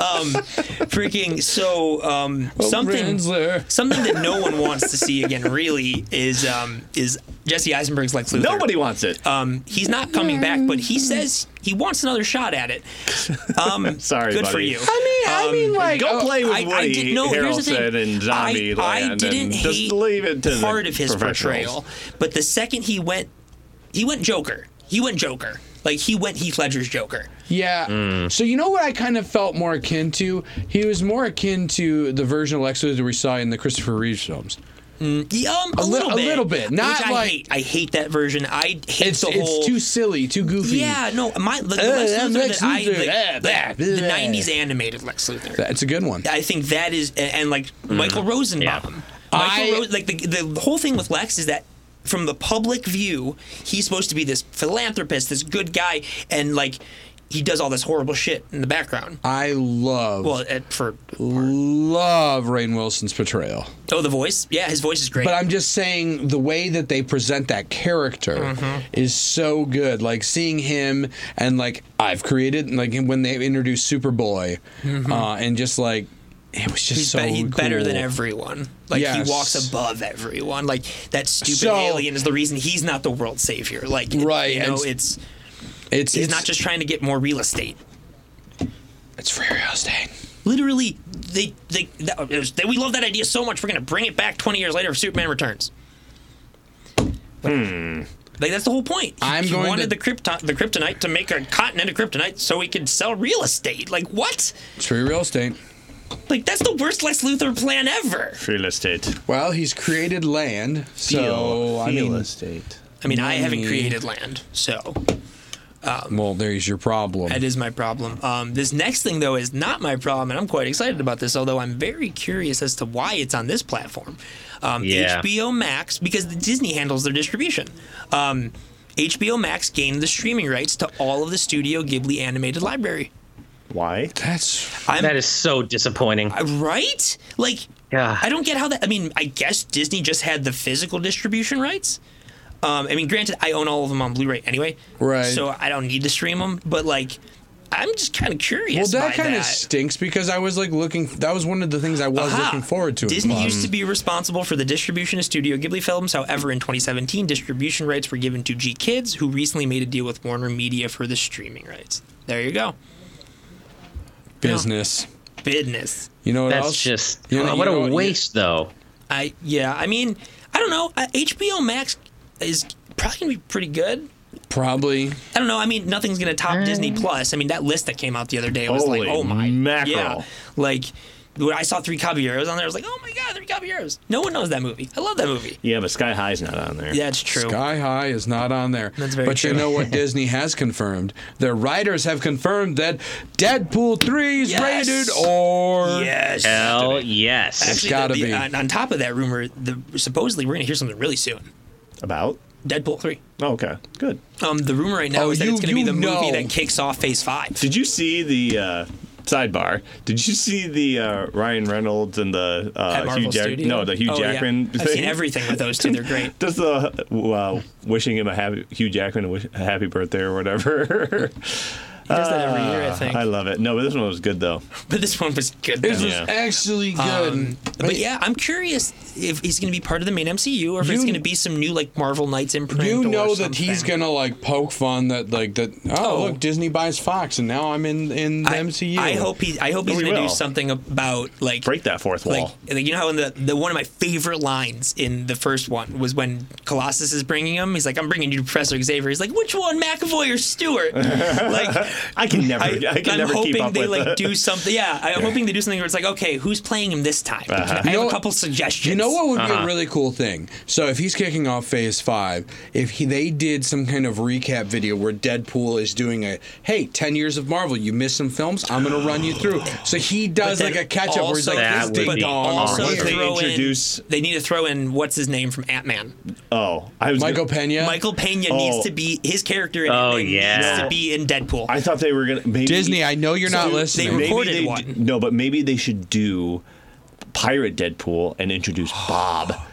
Speaker 2: Um, freaking so um, something.
Speaker 1: Rinsler.
Speaker 2: Something that no one wants to see again, really, is um, is Jesse Eisenberg's Lex Luthor.
Speaker 3: Nobody wants it.
Speaker 2: Um, he's not coming back, but he says he wants another shot at it. Um,
Speaker 3: Sorry,
Speaker 2: good for
Speaker 3: buddy.
Speaker 2: you.
Speaker 1: I mean,
Speaker 2: Um,
Speaker 1: I mean, like,
Speaker 3: Go
Speaker 1: oh,
Speaker 3: play with
Speaker 2: I- I
Speaker 3: Woody
Speaker 2: did- no, here's the thing.
Speaker 3: Harrelson and
Speaker 2: I-
Speaker 3: Zombie
Speaker 2: I
Speaker 3: Land
Speaker 2: didn't
Speaker 3: and just
Speaker 2: hate
Speaker 3: leave it to the
Speaker 2: Part of his portrayal,
Speaker 3: professionals.
Speaker 2: but the second he went, he went Joker. He went Joker. Like he went Heath Ledger's Joker.
Speaker 1: yeah.
Speaker 3: Mm.
Speaker 1: So you know what I kind of felt more akin to? He was more akin to the version of Lex Luthor we saw in the Christopher Reeves films.
Speaker 2: He, um, a,
Speaker 1: li-
Speaker 2: little
Speaker 1: a
Speaker 2: bit,
Speaker 1: little bit. Not
Speaker 2: which I
Speaker 1: like-
Speaker 2: hate. I hate that version. I hate
Speaker 1: It's
Speaker 2: the whole.
Speaker 1: it's too silly, too goofy.
Speaker 2: yeah, no, my the, the Lex
Speaker 1: that
Speaker 2: Luthor
Speaker 1: Lex
Speaker 2: that I
Speaker 1: Luthor, ah,
Speaker 2: like,
Speaker 1: blah,
Speaker 2: the,
Speaker 1: blah.
Speaker 2: the '90s animated Lex Luthor.
Speaker 1: That's a good one.
Speaker 2: I think that is, and, and like Michael Rosenbaum. Michael
Speaker 1: I-
Speaker 2: Ro- like the, the whole thing with Lex is that from the public view, he's supposed to be this philanthropist, this good guy, and like he does all this horrible shit in the background.
Speaker 1: I love
Speaker 2: Well, at, for
Speaker 1: love Rain Wilson's portrayal.
Speaker 2: oh, the voice, yeah, his voice is great.
Speaker 1: But I'm just saying the way that they present that character
Speaker 2: Mm-hmm.
Speaker 1: is so good. Like seeing him and like I've created like when they introduced Superboy, uh, and just like it was just
Speaker 2: Mm-hmm. He's,
Speaker 1: so
Speaker 2: be- he's
Speaker 1: cool.
Speaker 2: better than everyone. Like
Speaker 1: Yes.
Speaker 2: he walks above everyone. Like that stupid
Speaker 1: So-
Speaker 2: alien is the reason he's not the world savior. Like
Speaker 1: Right,
Speaker 2: you
Speaker 1: and
Speaker 2: know,
Speaker 1: s-
Speaker 2: it's
Speaker 1: It's
Speaker 2: he's
Speaker 1: it's
Speaker 2: not just trying to get more real estate.
Speaker 1: it's free real estate.
Speaker 2: literally they they that, it was- they- we love that idea so much we're gonna bring it back 20 years later if superman returns like that's the whole point He-
Speaker 1: I'm
Speaker 2: he
Speaker 1: going
Speaker 2: wanted
Speaker 1: to-
Speaker 2: the, krypton, the kryptonite to make a continent of kryptonite so he could sell real estate like what
Speaker 1: It's free real estate.
Speaker 2: like that's the worst lex luthor plan ever
Speaker 3: Real estate.
Speaker 1: Well, he's created land, so
Speaker 3: Feel-
Speaker 1: I
Speaker 3: real
Speaker 1: mean,
Speaker 3: estate.
Speaker 2: i mean i haven't
Speaker 1: Money.
Speaker 2: created land so
Speaker 1: well, there's your problem.
Speaker 2: That is my problem. Um, this next thing, though, is not my problem, and I'm quite excited about this, although I'm very curious as to why it's on this platform. Um,
Speaker 4: Yeah.
Speaker 2: HBO Max, because Disney handles their distribution. Um, HBO Max gained the streaming rights to all of the Studio Ghibli animated library.
Speaker 3: Why?
Speaker 1: That's
Speaker 2: I'm,
Speaker 4: That is so disappointing.
Speaker 2: right? Like,
Speaker 4: Yeah.
Speaker 2: I don't get how that. I mean, I guess Disney just had the physical distribution rights. Um, I mean, granted, I own all of them on Blu-ray anyway,
Speaker 1: Right.
Speaker 2: So I don't need to stream them. But like, I'm just kind of
Speaker 1: well,
Speaker 2: curious.
Speaker 1: that
Speaker 2: by
Speaker 1: kind of
Speaker 2: that.
Speaker 1: stinks because I was like looking. That was one of the things I was
Speaker 2: Aha.
Speaker 1: looking forward to. Um,
Speaker 2: Disney used to be responsible for the distribution of Studio Ghibli films. However, in 2017, distribution rights were given to G Kids, who recently made a deal with Warner Media for the streaming rights. There you go,
Speaker 1: business.
Speaker 2: business.
Speaker 1: You know what
Speaker 4: That's
Speaker 1: else?
Speaker 4: just
Speaker 1: You know-
Speaker 4: what
Speaker 1: you know
Speaker 4: a waste, though.
Speaker 2: I yeah. I mean, I don't know. Uh, HBO Max is probably gonna be pretty good.
Speaker 1: Probably.
Speaker 2: I don't know. I mean, nothing's gonna top Disney Plus. I mean, that list that came out the other day was
Speaker 3: Holy
Speaker 2: like, oh my,
Speaker 3: mackerel.
Speaker 2: yeah, like. When I saw Three Caballeros on there, I was like, "Oh my God, Three Caballeros!" No one knows that movie. I love that movie.
Speaker 3: Yeah, but Sky High's not on there.
Speaker 2: Yeah, it's true.
Speaker 1: Sky High is not on there.
Speaker 2: That's very
Speaker 1: but you
Speaker 2: true.
Speaker 1: know what Disney has confirmed? Their writers have confirmed that Deadpool 3 is
Speaker 2: Yes.
Speaker 1: rated or
Speaker 2: Yes.
Speaker 4: Hell yes.
Speaker 2: Actually,
Speaker 1: gotta
Speaker 2: the- the-
Speaker 1: be.
Speaker 2: On, on top of that rumor, the, supposedly we're going to hear something really soon.
Speaker 3: About?
Speaker 2: Deadpool three.
Speaker 3: Oh, okay. Good.
Speaker 2: Um, the rumor right now
Speaker 1: Oh,
Speaker 2: is that
Speaker 1: you-
Speaker 2: it's going to be
Speaker 1: you
Speaker 2: the
Speaker 1: know.
Speaker 2: movie that kicks off Phase five.
Speaker 3: Did you see the uh, sidebar? Did you see the uh, Ryan Reynolds and the
Speaker 2: At
Speaker 3: uh, Hugh
Speaker 2: Marvel
Speaker 3: Jack-
Speaker 2: Studios.
Speaker 3: No, the Hugh
Speaker 2: Oh, yeah.
Speaker 3: Jackman. Thing?
Speaker 2: I've seen everything with those two. They're great.
Speaker 3: Does the uh, wishing him a happy Hugh Jackman a wish, a happy birthday or whatever? Ah,
Speaker 2: He does that every year, I think.
Speaker 3: I love it. No, but this one was good though.
Speaker 2: but this one was good.
Speaker 1: This
Speaker 2: though.
Speaker 1: was
Speaker 3: Yeah.
Speaker 1: actually good.
Speaker 2: Um, but yeah, I'm curious if he's going to be part of the main MCU or if it's
Speaker 1: You-
Speaker 2: going to be some new like Marvel Knights imprint.
Speaker 1: you
Speaker 2: or
Speaker 1: know that he's
Speaker 2: something.
Speaker 1: gonna like poke fun that like that. Oh,
Speaker 2: Oh.
Speaker 1: look, Disney buys Fox, and now I'm in in the
Speaker 2: I,
Speaker 1: MCU.
Speaker 2: I hope he. I hope he's
Speaker 3: we
Speaker 2: going to
Speaker 3: will.
Speaker 2: do something about like
Speaker 3: Break that fourth wall.
Speaker 2: Like, like, you know how in the, the one of my favorite lines in the first one was when Colossus is bringing him. He's like, "I'm bringing you Professor Xavier." He's like, "Which one, McAvoy or Stewart?" like,
Speaker 3: I can never. I,
Speaker 2: I,
Speaker 3: can
Speaker 2: am
Speaker 3: never
Speaker 2: hoping
Speaker 3: keep up
Speaker 2: they
Speaker 3: with
Speaker 2: like
Speaker 3: the-
Speaker 2: do something. Yeah, I'm hoping they do something where it's like, okay, who's playing him this time?
Speaker 3: Uh-huh.
Speaker 1: You
Speaker 2: I have
Speaker 1: know-
Speaker 2: a couple suggestions.
Speaker 1: You know what would be a really cool thing? So if he's kicking off Phase Five, if he they did some kind of recap video where Deadpool is doing a hey, ten years of Marvel, you missed some films, I'm gonna run you through. So he does
Speaker 2: then
Speaker 1: like a catch up where he's
Speaker 2: also-
Speaker 1: like this
Speaker 4: That would
Speaker 1: ding
Speaker 4: be
Speaker 1: dong.
Speaker 2: Also,
Speaker 3: What if they
Speaker 2: throw
Speaker 3: introduce-
Speaker 2: in, they need to throw in what's his name from Ant Man.
Speaker 3: Oh, I was
Speaker 1: Michael
Speaker 3: gonna-
Speaker 1: Pena,
Speaker 2: Michael Pena
Speaker 3: Oh.
Speaker 2: needs to be his character. In
Speaker 4: Oh,
Speaker 2: Ant-Man needs
Speaker 4: yeah.
Speaker 2: to be in Deadpool.
Speaker 3: I thought they were gonna maybe,
Speaker 1: Disney. I know you're not
Speaker 2: So they
Speaker 1: listening.
Speaker 2: were-
Speaker 3: Maybe
Speaker 2: recorded
Speaker 3: they
Speaker 2: one.
Speaker 3: d- no, but maybe they should do pirate Deadpool and introduce Bob.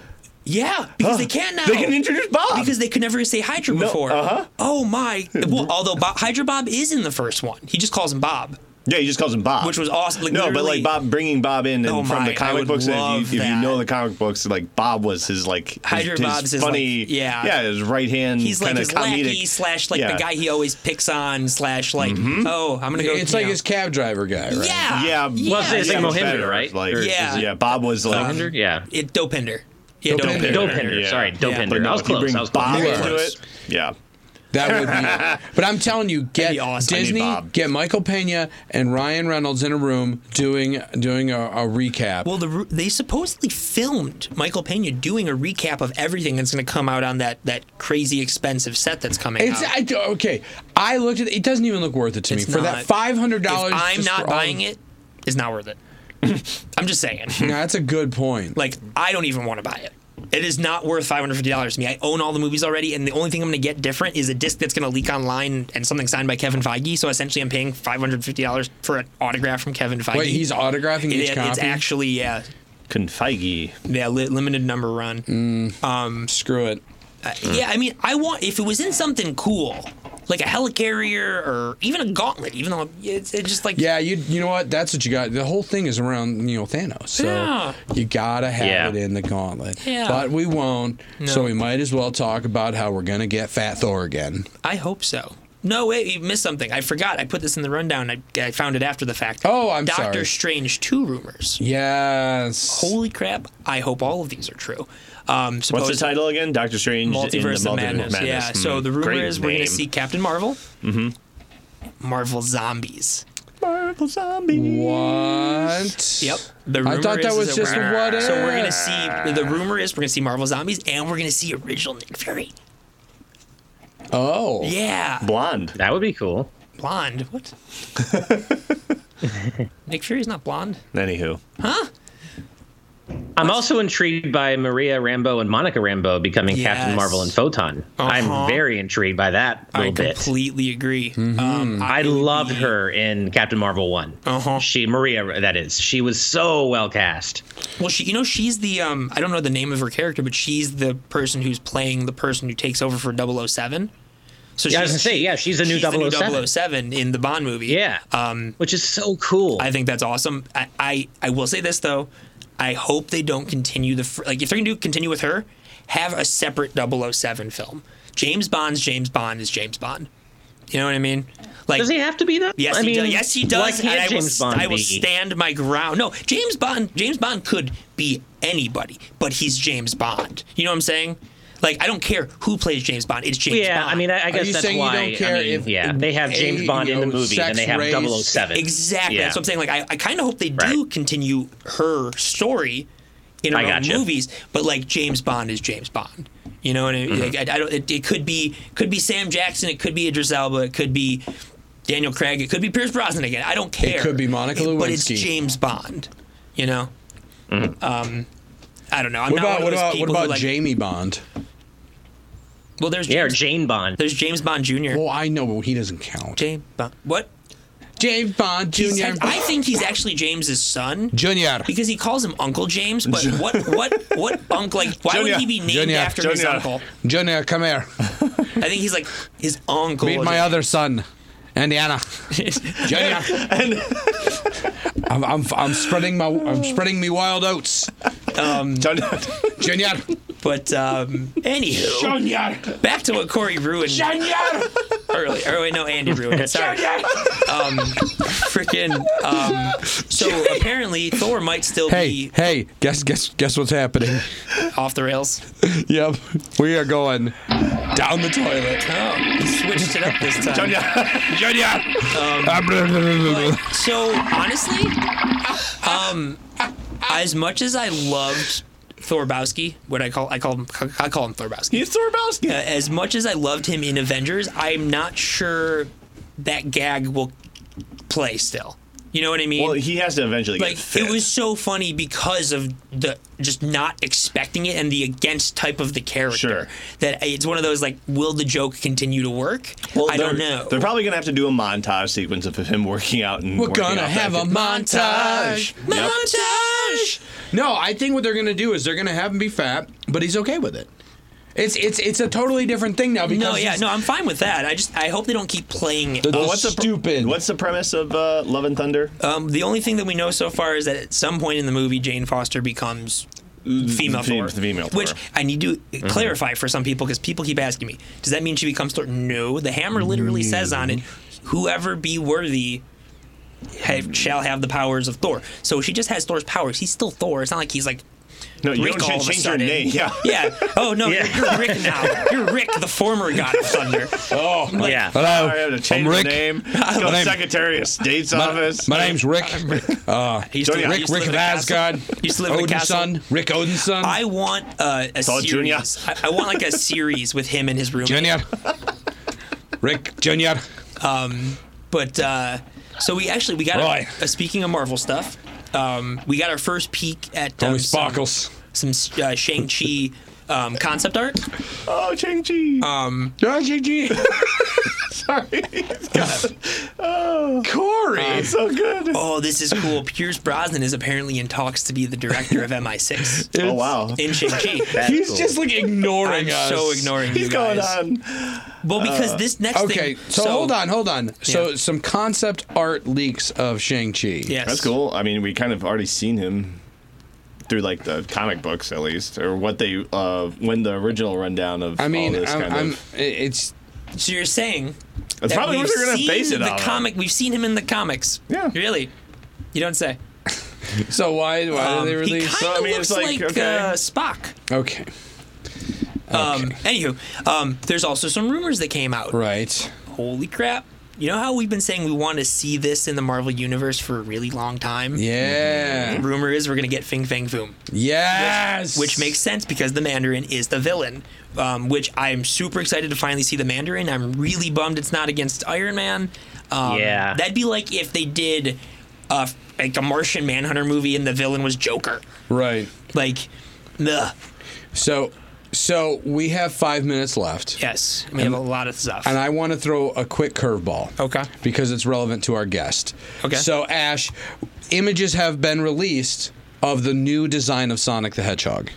Speaker 2: Oh, yeah, because they can now.
Speaker 3: They can introduce Bob
Speaker 2: because they could never say Hydra before.
Speaker 3: uh-huh.
Speaker 2: Oh my! Well, although Bob, Hydra Bob is in the first one, he just calls him Bob.
Speaker 3: Yeah, he just calls him Bob,
Speaker 2: Which was awesome, like,
Speaker 3: no, but
Speaker 2: literally-
Speaker 3: like Bob bringing Bob in and
Speaker 2: Oh
Speaker 3: from
Speaker 2: my,
Speaker 3: the
Speaker 2: I
Speaker 3: comic
Speaker 2: would
Speaker 3: books. and
Speaker 2: love
Speaker 3: if, you, if you
Speaker 2: that.
Speaker 3: know the comic books, like Bob was his like his,
Speaker 2: Hydra
Speaker 3: his
Speaker 2: Bob's his,
Speaker 3: funny,
Speaker 2: like, yeah.
Speaker 3: yeah, his right hand.
Speaker 2: He's like
Speaker 3: kinda
Speaker 2: his
Speaker 3: comedic.
Speaker 2: lackey slash like
Speaker 3: Yeah. Mm-hmm.
Speaker 2: the guy he always picks on slash like oh I'm gonna go.
Speaker 1: It's
Speaker 2: you
Speaker 1: like
Speaker 2: know.
Speaker 1: his cab driver guy, right?
Speaker 2: yeah
Speaker 3: Yeah,
Speaker 4: Well, it's- it's
Speaker 3: yeah,
Speaker 4: like
Speaker 3: it was
Speaker 4: Mohinder,
Speaker 3: better,
Speaker 4: right?
Speaker 3: Like,
Speaker 4: Or-
Speaker 2: Yeah.
Speaker 3: yeah, Bob was like
Speaker 4: Dopinder? Yeah.
Speaker 2: It Dopinder. Um, Yeah,
Speaker 1: Dopinder.
Speaker 2: Dopinder.
Speaker 4: Dopinder.
Speaker 3: Yeah.
Speaker 4: Sorry,
Speaker 2: Yeah.
Speaker 4: Dopinder.
Speaker 3: But no,
Speaker 4: I was
Speaker 3: if you
Speaker 4: close.
Speaker 3: bring
Speaker 4: I was close.
Speaker 3: Bob
Speaker 4: I was
Speaker 1: Yeah.
Speaker 3: into
Speaker 4: close.
Speaker 3: it. Yeah,
Speaker 1: That would be. but I'm telling you, get
Speaker 2: be awesome. I need
Speaker 1: Disney,
Speaker 3: Bob.
Speaker 1: get Michael Pena and Ryan Reynolds in a room doing doing a, a recap.
Speaker 2: Well, the, ru- they supposedly filmed Michael Pena doing a recap of everything that's going to come out on that, that crazy expensive set that's coming
Speaker 1: it's
Speaker 2: out.
Speaker 1: I, d- okay. I looked at it. doesn't even look worth it to me
Speaker 2: It's
Speaker 1: for that
Speaker 2: not.
Speaker 1: five hundred dollars.
Speaker 2: if I'm not buying it, it's not worth it. I'm just saying.
Speaker 1: No, that's a good point.
Speaker 2: Like, I don't even want to buy it. It is not worth $550 to me. I own all the movies already, and the only thing I'm going to get different is a disc that's going to leak online and something signed by Kevin Feige. So essentially, I'm paying $550 for an autograph from Kevin Feige.
Speaker 1: Wait, he's autographing
Speaker 2: It-
Speaker 1: each copy.
Speaker 2: It's actually, yeah,
Speaker 3: Confige.
Speaker 2: yeah li- limited number run.
Speaker 1: Mm. Screw it.
Speaker 2: Yeah, I mean, I want if it was in something cool, like a helicarrier or even a gauntlet, even though it's, it's just like
Speaker 1: Yeah, you you know what? That's what you got. The whole thing is around you know Thanos. So
Speaker 2: Yeah.
Speaker 1: you gotta have
Speaker 4: Yeah.
Speaker 1: it in the gauntlet.
Speaker 2: Yeah.
Speaker 1: But we won't. So
Speaker 2: No.
Speaker 1: we might as well talk about how we're gonna get Fat Thor again.
Speaker 2: I hope so. No, wait, you missed something. I forgot. I put this in the rundown. I, I found it after the fact.
Speaker 1: Oh, I'm
Speaker 2: Doctor
Speaker 1: sorry.
Speaker 2: Strange two rumors.
Speaker 1: Yes.
Speaker 2: Holy crap! I hope all of these are true. Um,
Speaker 3: What's the
Speaker 2: supposed-
Speaker 3: title again? Doctor Strange in the
Speaker 2: Multiverse of Madness. Yeah.
Speaker 3: Madness.
Speaker 2: So
Speaker 3: Mm,
Speaker 2: the rumor
Speaker 3: great
Speaker 2: is we're going
Speaker 3: name. Mm-hmm.
Speaker 2: to see Captain Marvel, Marvel Zombies.
Speaker 3: Marvel Zombie.
Speaker 1: What?
Speaker 2: Yep. The
Speaker 1: I
Speaker 2: rumor
Speaker 1: thought that
Speaker 2: is-
Speaker 1: was
Speaker 2: is
Speaker 1: just a what
Speaker 2: So we're gonna
Speaker 1: if.
Speaker 2: see. The rumor is we're gonna see Marvel Zombies, and we're gonna see original Nick Fury.
Speaker 1: Oh.
Speaker 2: Yeah,
Speaker 3: Blonde.
Speaker 4: That would be cool.
Speaker 2: blonde. What? Nick Fury's not blonde.
Speaker 3: Anywho,
Speaker 4: I'm also intrigued by Maria Rambo and Monica Rambo becoming Captain
Speaker 2: Yes.
Speaker 4: Marvel and Photon.
Speaker 2: Uh-huh.
Speaker 4: I'm very intrigued by that
Speaker 2: I
Speaker 4: little bit.
Speaker 2: completely agree.
Speaker 1: Mm-hmm.
Speaker 2: Um,
Speaker 4: I loved her in Captain Marvel one.
Speaker 2: Uh-huh.
Speaker 4: She Maria, that is. She was so well cast.
Speaker 2: Well, she, you know, she's the um, I don't know the name of her character, but she's the person who's playing the person who takes over for 007. So
Speaker 4: Yeah,
Speaker 2: she's-
Speaker 4: I was gonna say, yeah, she's the new
Speaker 2: she's the
Speaker 4: 007.
Speaker 2: 007 in the Bond movie.
Speaker 4: Yeah,
Speaker 2: Um,
Speaker 4: which is so cool.
Speaker 2: I think that's awesome. I, I, I will say this though, I hope they don't continue the fr- like if they're gonna do continue with her, have a separate 007 film. James Bond's James Bond is James Bond. You know what I mean? Like
Speaker 4: does he have to be that?
Speaker 2: Yes,
Speaker 4: I
Speaker 2: he
Speaker 4: mean,
Speaker 2: does. Yes, he does.
Speaker 4: Why can't
Speaker 2: and I
Speaker 4: James
Speaker 2: will,
Speaker 4: Bond
Speaker 2: I will
Speaker 4: be?
Speaker 2: stand my ground. No, James Bond. James Bond could be anybody, but he's James Bond. You know what I'm saying? Like, I don't care who plays James Bond. It's James
Speaker 4: yeah,
Speaker 2: Bond.
Speaker 4: I mean, I, I
Speaker 1: you
Speaker 4: guess that's
Speaker 1: saying you
Speaker 4: why.
Speaker 1: don't care
Speaker 4: I mean,
Speaker 1: if-
Speaker 4: yeah, they have James Bond in the
Speaker 1: you know,
Speaker 4: movie, and they
Speaker 1: sex,
Speaker 4: have
Speaker 1: race,
Speaker 4: 007.
Speaker 2: exactly.
Speaker 4: Yeah.
Speaker 2: That's what I'm saying. Like, I, I kind of hope they do
Speaker 4: Right.
Speaker 2: continue her story in her
Speaker 4: I
Speaker 2: own
Speaker 4: gotcha.
Speaker 2: movies, but like James Bond is James Bond. You know what I mean?
Speaker 1: Mm-hmm.
Speaker 2: Like, I, I don't, it, it could be could be Sam Jackson. It could be Idris Elba. It could be. Daniel Craig, it could be Pierce Brosnan again. I don't care.
Speaker 1: could be Monica
Speaker 2: but it's
Speaker 1: Lewinsky. Mm-hmm.
Speaker 2: James Bond. You know, um, I don't know. I'm
Speaker 1: What about
Speaker 2: not one
Speaker 1: what
Speaker 2: of those
Speaker 1: about what
Speaker 2: people who
Speaker 1: about
Speaker 2: like.
Speaker 1: Jamie Bond?
Speaker 2: well, there's
Speaker 4: Yeah, or
Speaker 2: James,
Speaker 4: Jane Bond.
Speaker 2: there's James Bond Jr.
Speaker 1: Well, I know, but he doesn't count.
Speaker 2: James Bond. What?
Speaker 1: James Bond Junior.
Speaker 2: I think he's actually James's son.
Speaker 1: Junior.
Speaker 2: Because he calls him Uncle James, but what what what uncle? Like, why
Speaker 3: Junior.
Speaker 2: would he be named
Speaker 1: Junior.
Speaker 2: after his
Speaker 3: Junior.
Speaker 2: uncle?
Speaker 1: Junior, come here.
Speaker 2: I think he's like his uncle.
Speaker 1: Meet my other son, Indiana. Junior.
Speaker 3: and
Speaker 1: I'm, I'm, I'm spreading my I'm spreading me wild oats.
Speaker 2: Mm.
Speaker 3: John,
Speaker 1: Junior.
Speaker 2: But um, anywho,
Speaker 1: Junior.
Speaker 2: back to what Corey ruined
Speaker 1: Junior.
Speaker 2: early. Or wait, no, Andy ruined it. Sorry. Um, freaking. Um, so apparently, Thor might still
Speaker 1: Hey,
Speaker 2: be
Speaker 1: hey, guess guess guess what's happening?
Speaker 2: off the rails.
Speaker 1: Yep, we are going down the toilet.
Speaker 2: Oh, he switched it up this time.
Speaker 3: John,
Speaker 1: Junior. Um,
Speaker 2: So honestly, um, as much as I loved Thorbowski, what I call I call him I call him Thorbowski.
Speaker 3: he's Thorbowski.
Speaker 2: Uh, as much as I loved him in Avengers, I'm not sure that gag will play still. You know what I mean?
Speaker 3: Well, he has to eventually
Speaker 2: like
Speaker 3: get fit.
Speaker 2: it was so funny because of the just not expecting it and the against type of the character.
Speaker 3: Sure.
Speaker 2: That it's one of those like, will the joke continue to work?
Speaker 3: Well,
Speaker 2: I don't
Speaker 3: they're-
Speaker 2: know.
Speaker 3: They're probably gonna have to do a montage sequence of him working out and
Speaker 1: We're
Speaker 3: working
Speaker 1: gonna
Speaker 3: out
Speaker 1: have a
Speaker 3: back.
Speaker 1: montage.
Speaker 3: Yep.
Speaker 2: Montage.
Speaker 1: No, I think what they're gonna do is they're gonna have him be fat, but he's okay with it. It's it's it's a totally different thing now because
Speaker 2: No, yeah,
Speaker 1: he's-
Speaker 2: no, I'm fine with that. I just I hope they don't keep playing. it.
Speaker 1: The,
Speaker 3: Well, what's the
Speaker 1: stupid?
Speaker 3: What's the premise of uh, Love and Thunder?
Speaker 2: Um, the only thing that we know so far is that at some point in the movie, Jane Foster becomes female
Speaker 3: fe-
Speaker 2: Thor,
Speaker 3: the female
Speaker 2: which
Speaker 3: Thor. Mm-hmm.
Speaker 2: I need to clarify for some people because people keep asking me, does that mean she becomes Thor? No, the hammer literally says on it, whoever be worthy. Have, shall have the powers of Thor. So she just has Thor's powers. He's still Thor. It's not like he's like
Speaker 3: No, you
Speaker 2: Rick
Speaker 3: don't
Speaker 2: all
Speaker 3: change,
Speaker 2: of a
Speaker 3: change your
Speaker 2: sudden.
Speaker 3: name. Yeah.
Speaker 2: Yeah. Oh no, You're, you're Rick now. You're Rick, the former god of thunder.
Speaker 1: Oh, hello.
Speaker 4: yeah.
Speaker 3: Sorry, I had to change
Speaker 1: I'm
Speaker 3: the
Speaker 1: Rick.
Speaker 3: name. Go to
Speaker 1: name-
Speaker 3: Secretary of State's
Speaker 1: My,
Speaker 3: office.
Speaker 1: my name's Rick. Uh,
Speaker 2: He used to-
Speaker 3: Junior.
Speaker 2: he
Speaker 1: Rick
Speaker 2: used to
Speaker 1: Rick
Speaker 2: live
Speaker 1: of
Speaker 2: in a castle.
Speaker 1: Asgard.
Speaker 2: He used to live in a
Speaker 1: Odin's
Speaker 2: castle.
Speaker 1: son. Rick Odin's son.
Speaker 2: I want uh, a
Speaker 3: all
Speaker 2: series.
Speaker 3: Junior.
Speaker 2: I, I want like a series with him and his roommate.
Speaker 1: Junior. Rick Junior.
Speaker 2: But uh, so we actually we got.
Speaker 1: Roy.
Speaker 2: Uh, speaking of Marvel stuff, um, we got our first peek at um,
Speaker 1: Only
Speaker 2: some-
Speaker 1: sparkles.
Speaker 2: some, uh, Shang Chi um, concept art.
Speaker 3: oh, Chang Chi.
Speaker 1: Uh,
Speaker 3: Sorry.
Speaker 1: Corey.
Speaker 3: so good.
Speaker 2: Oh, this is cool. Pierce Brosnan is apparently in talks to be the director of MI6
Speaker 3: oh, wow.
Speaker 2: in Shang Chi.
Speaker 1: He's just like ignoring
Speaker 2: I'm
Speaker 1: us.
Speaker 2: so ignoring
Speaker 3: He's
Speaker 2: you
Speaker 3: going
Speaker 2: guys.
Speaker 3: on.
Speaker 2: Well, because this next
Speaker 1: Okay,
Speaker 2: thing.
Speaker 1: so, hold on, hold on. So
Speaker 2: Yeah.
Speaker 1: some concept art leaks of Shang Chi.
Speaker 2: Yes.
Speaker 3: That's cool. I mean, we kind of already seen him through like the comic books, at least, or what they uh, when the original rundown of
Speaker 1: I mean,
Speaker 3: all this
Speaker 1: I'm,
Speaker 3: kind
Speaker 1: I'm,
Speaker 3: of.
Speaker 1: it's
Speaker 2: So you're saying
Speaker 3: That's
Speaker 2: that
Speaker 3: probably
Speaker 2: we've
Speaker 3: what they're gonna
Speaker 2: seen
Speaker 3: base it
Speaker 2: the
Speaker 3: on.
Speaker 2: comic. We've seen him in the comics.
Speaker 3: Yeah.
Speaker 2: Really. You don't say.
Speaker 1: so why why
Speaker 2: Um,
Speaker 1: do they
Speaker 2: he kind of
Speaker 1: release?
Speaker 3: So, I mean,
Speaker 2: looks
Speaker 3: it's like,
Speaker 2: like,
Speaker 3: okay.
Speaker 2: uh, Spock.
Speaker 1: Okay,
Speaker 2: Um, Anywho, um, there's also some rumors that came out.
Speaker 1: right.
Speaker 2: Holy crap! You know how we've been saying we want to see this in the Marvel universe for a really long time.
Speaker 1: Yeah.
Speaker 2: Rumor is we're gonna get Fing Fang Foom,
Speaker 1: Yes.
Speaker 2: Mm-hmm. which makes sense because the Mandarin is the villain. Um, which I'm super excited to finally see the Mandarin. I'm really bummed it's not against Iron Man. Um,
Speaker 4: Yeah.
Speaker 2: that'd be like if they did a, like a Martian Manhunter movie and the villain was Joker.
Speaker 1: right.
Speaker 2: Like, the
Speaker 1: So, so we have five minutes left,
Speaker 2: yes, we have a lot of stuff.
Speaker 1: and I want to throw a quick curveball.
Speaker 2: Okay.
Speaker 1: Because it's relevant to our guest.
Speaker 2: Okay.
Speaker 1: So Ash, images have been released of the new design of Sonic the Hedgehog.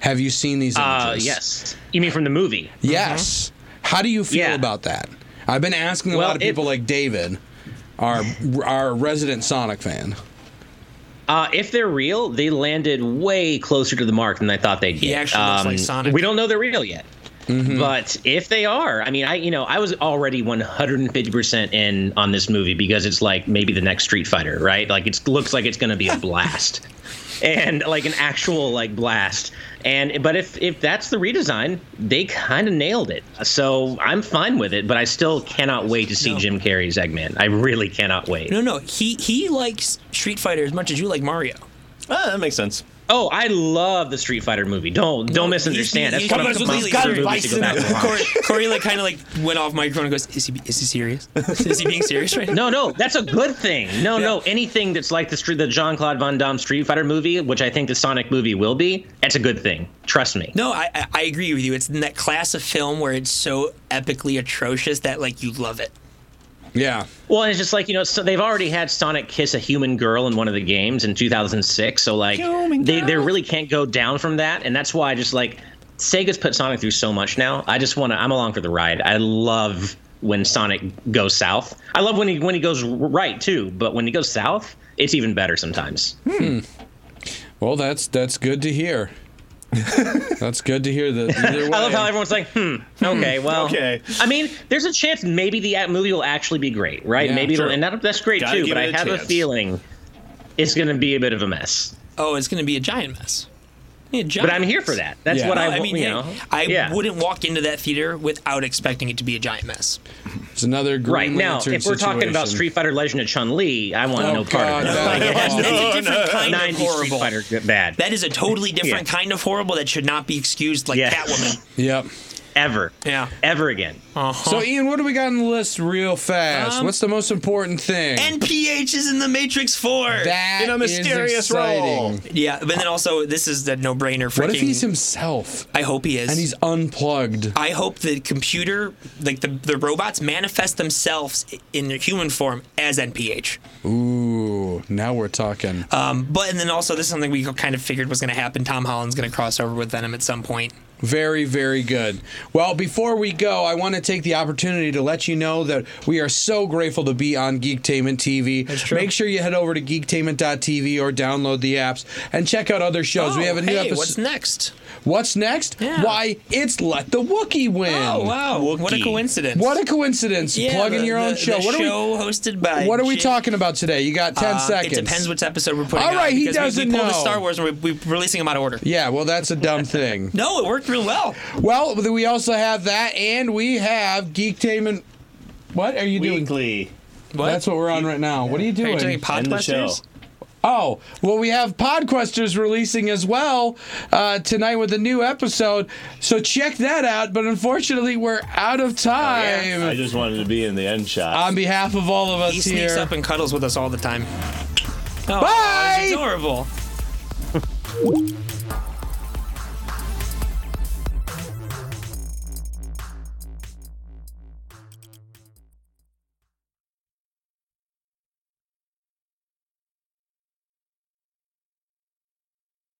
Speaker 1: Have you seen these
Speaker 4: Uh,
Speaker 1: images?
Speaker 4: yes. You mean from the movie?
Speaker 1: Yes. How do you feel
Speaker 4: Yeah.
Speaker 1: about that? I've been asking a
Speaker 4: Well,
Speaker 1: lot of
Speaker 4: it-
Speaker 1: people, like David, our our resident Sonic fan.
Speaker 4: Uh, if they're real, they landed way closer to the mark than I thought they'd get.
Speaker 2: actually looks like Sonic. Mm-hmm.
Speaker 4: We don't know they're real yet. But if they are, I mean, I you know, I was already 150% in on this movie because it's like maybe the next Street Fighter, right? Like it looks like it's going to be a blast. And like an actual like blast. And but if if that's the redesign, they kind of nailed it. So I'm fine with it, but I still cannot wait to see
Speaker 2: No.
Speaker 4: Jim Carrey's Eggman. I really cannot wait.
Speaker 2: no, no, he he likes Street Fighter as much as you like Mario.
Speaker 3: Ah, that makes sense.
Speaker 4: Oh, I love the Street Fighter movie. Don't don't misunderstand.
Speaker 2: He's-
Speaker 4: That's one of
Speaker 2: he's
Speaker 4: the
Speaker 2: completely
Speaker 4: most favorite
Speaker 2: serious.
Speaker 4: movies to go back and watch.
Speaker 2: Corey, Corey like kind of like went off microphone and goes, "Is he is he serious? Is he being serious right now?"
Speaker 4: No, no, that's a good thing. No, no, anything that's like the street, the Jean Claude Van Damme Street Fighter movie, which I think the Sonic movie will be, that's a good thing. Trust me.
Speaker 2: No, I, I I agree with you. It's in that class of film where it's so epically atrocious that like you love it.
Speaker 1: Yeah.
Speaker 4: Well, it's just like you know, so they've already had Sonic kiss a human girl in one of the games in 2006. So like,
Speaker 3: Human
Speaker 4: they they
Speaker 3: girl.
Speaker 4: really can't go down from that, and that's why I just like Sega's put Sonic through so much now. I just want to. I'm along for the ride. I love when Sonic goes south. I love when he when he goes r- right too, but when he goes south, it's even better sometimes.
Speaker 1: Well, that's that's good to hear. that's good to hear that. Either way.
Speaker 4: I love how everyone's like, hmm, okay, well,
Speaker 3: Okay.
Speaker 4: I mean, there's a chance maybe the act- movie will actually be great, right?
Speaker 1: Yeah,
Speaker 4: maybe it'll,
Speaker 3: sure.
Speaker 4: and that, that's great
Speaker 3: Gotta
Speaker 4: too.
Speaker 3: give
Speaker 4: But
Speaker 3: it
Speaker 4: I
Speaker 3: a
Speaker 4: have a
Speaker 3: chance.
Speaker 4: feeling it's going to be a bit of a mess.
Speaker 2: Oh, it's gonna be a giant mess. A giant
Speaker 4: But I'm here for
Speaker 2: mess.
Speaker 4: that. That's
Speaker 1: Yeah.
Speaker 4: what
Speaker 1: No,
Speaker 4: I,
Speaker 2: I
Speaker 4: w-
Speaker 2: mean,
Speaker 4: you
Speaker 2: hey,
Speaker 4: know,
Speaker 2: I
Speaker 4: yeah.
Speaker 2: wouldn't walk into that theater without expecting it to be a giant mess.
Speaker 1: It's another Green
Speaker 4: Right now,
Speaker 1: Lantern
Speaker 4: if we're talking about
Speaker 1: situation.
Speaker 4: Street Fighter Legend of Chun Li, I want
Speaker 1: Oh,
Speaker 4: no part
Speaker 1: God,
Speaker 4: of
Speaker 1: no.
Speaker 4: it. Like, it has
Speaker 2: That's
Speaker 4: to
Speaker 2: a
Speaker 4: be
Speaker 2: different kind of
Speaker 4: 90s Street
Speaker 2: horrible.
Speaker 4: Fighter good- bad
Speaker 2: That is a totally different
Speaker 4: Yeah.
Speaker 2: kind of horrible that should not be excused, like
Speaker 4: Yeah.
Speaker 2: Catwoman.
Speaker 1: Yep.
Speaker 4: ever,
Speaker 2: Yeah.
Speaker 4: ever again.
Speaker 1: So, Ian, what do we got on the list real fast?
Speaker 2: Um,
Speaker 1: What's the most important thing?
Speaker 2: NPH is in the Matrix Four.
Speaker 1: that
Speaker 3: In a
Speaker 1: is
Speaker 3: mysterious
Speaker 1: exciting.
Speaker 3: role.
Speaker 2: yeah, but then also this is the no-brainer. Freaking,
Speaker 1: What if he's himself
Speaker 2: I hope he is.
Speaker 1: and he's unplugged?
Speaker 2: I hope the computer, like the the robots, manifest themselves in their human form as NPH.
Speaker 1: Ooh, now we're talking.
Speaker 4: Uh,
Speaker 2: Um, but and then also this is something we kind of figured was going to happen. Tom Holland's going to cross over with Venom at some point.
Speaker 1: Very, very good. Well, before we go, I want to take the opportunity to let you know that we are so grateful to be on Geektainment TV.
Speaker 2: That's true.
Speaker 1: Make sure you head over to geektainment.tv or download the apps and check out other shows. Oh, we have a new
Speaker 2: Oh, hey,
Speaker 1: episode.
Speaker 2: What's next?
Speaker 1: What's next?
Speaker 2: Yeah.
Speaker 1: Why, it's Let the Wookiee Win.
Speaker 2: Oh wow! What a
Speaker 4: Wookiee.
Speaker 2: coincidence!
Speaker 1: What a coincidence.
Speaker 2: Yeah,
Speaker 1: Plugging
Speaker 2: the-
Speaker 1: your own
Speaker 2: the-
Speaker 1: show.
Speaker 2: the
Speaker 1: what are
Speaker 2: show
Speaker 1: we
Speaker 2: hosted by?
Speaker 1: What are we
Speaker 2: Jim-
Speaker 1: talking about today? You got 10
Speaker 2: Uh,
Speaker 1: seconds.
Speaker 2: It depends which episode we're putting.
Speaker 1: All right,
Speaker 2: out,
Speaker 1: he
Speaker 2: because we-
Speaker 1: doesn't
Speaker 2: we, pulled a
Speaker 1: know.
Speaker 2: Star Wars, and we're, we're releasing them out of order.
Speaker 1: Yeah, well, that's a dumb thing.
Speaker 2: No, it worked real well.
Speaker 1: Well, we also have that, and we have Geektainment. What are you doing?
Speaker 3: Weekly.
Speaker 2: What?
Speaker 1: That's what we're on right now. What are you
Speaker 2: Are
Speaker 1: doing?
Speaker 2: you doing
Speaker 3: End the show.
Speaker 2: Podbusters?
Speaker 1: oh, well, we have Podquesters releasing as well uh, tonight with a new episode. So check that out. But unfortunately, we're out
Speaker 2: Oh,
Speaker 1: of time.
Speaker 3: I just wanted to be in the end shot.
Speaker 1: On behalf of all of us
Speaker 2: He
Speaker 1: here.
Speaker 2: sneaks up and cuddles with us all the time. Oh,
Speaker 1: Bye!
Speaker 2: Adorable.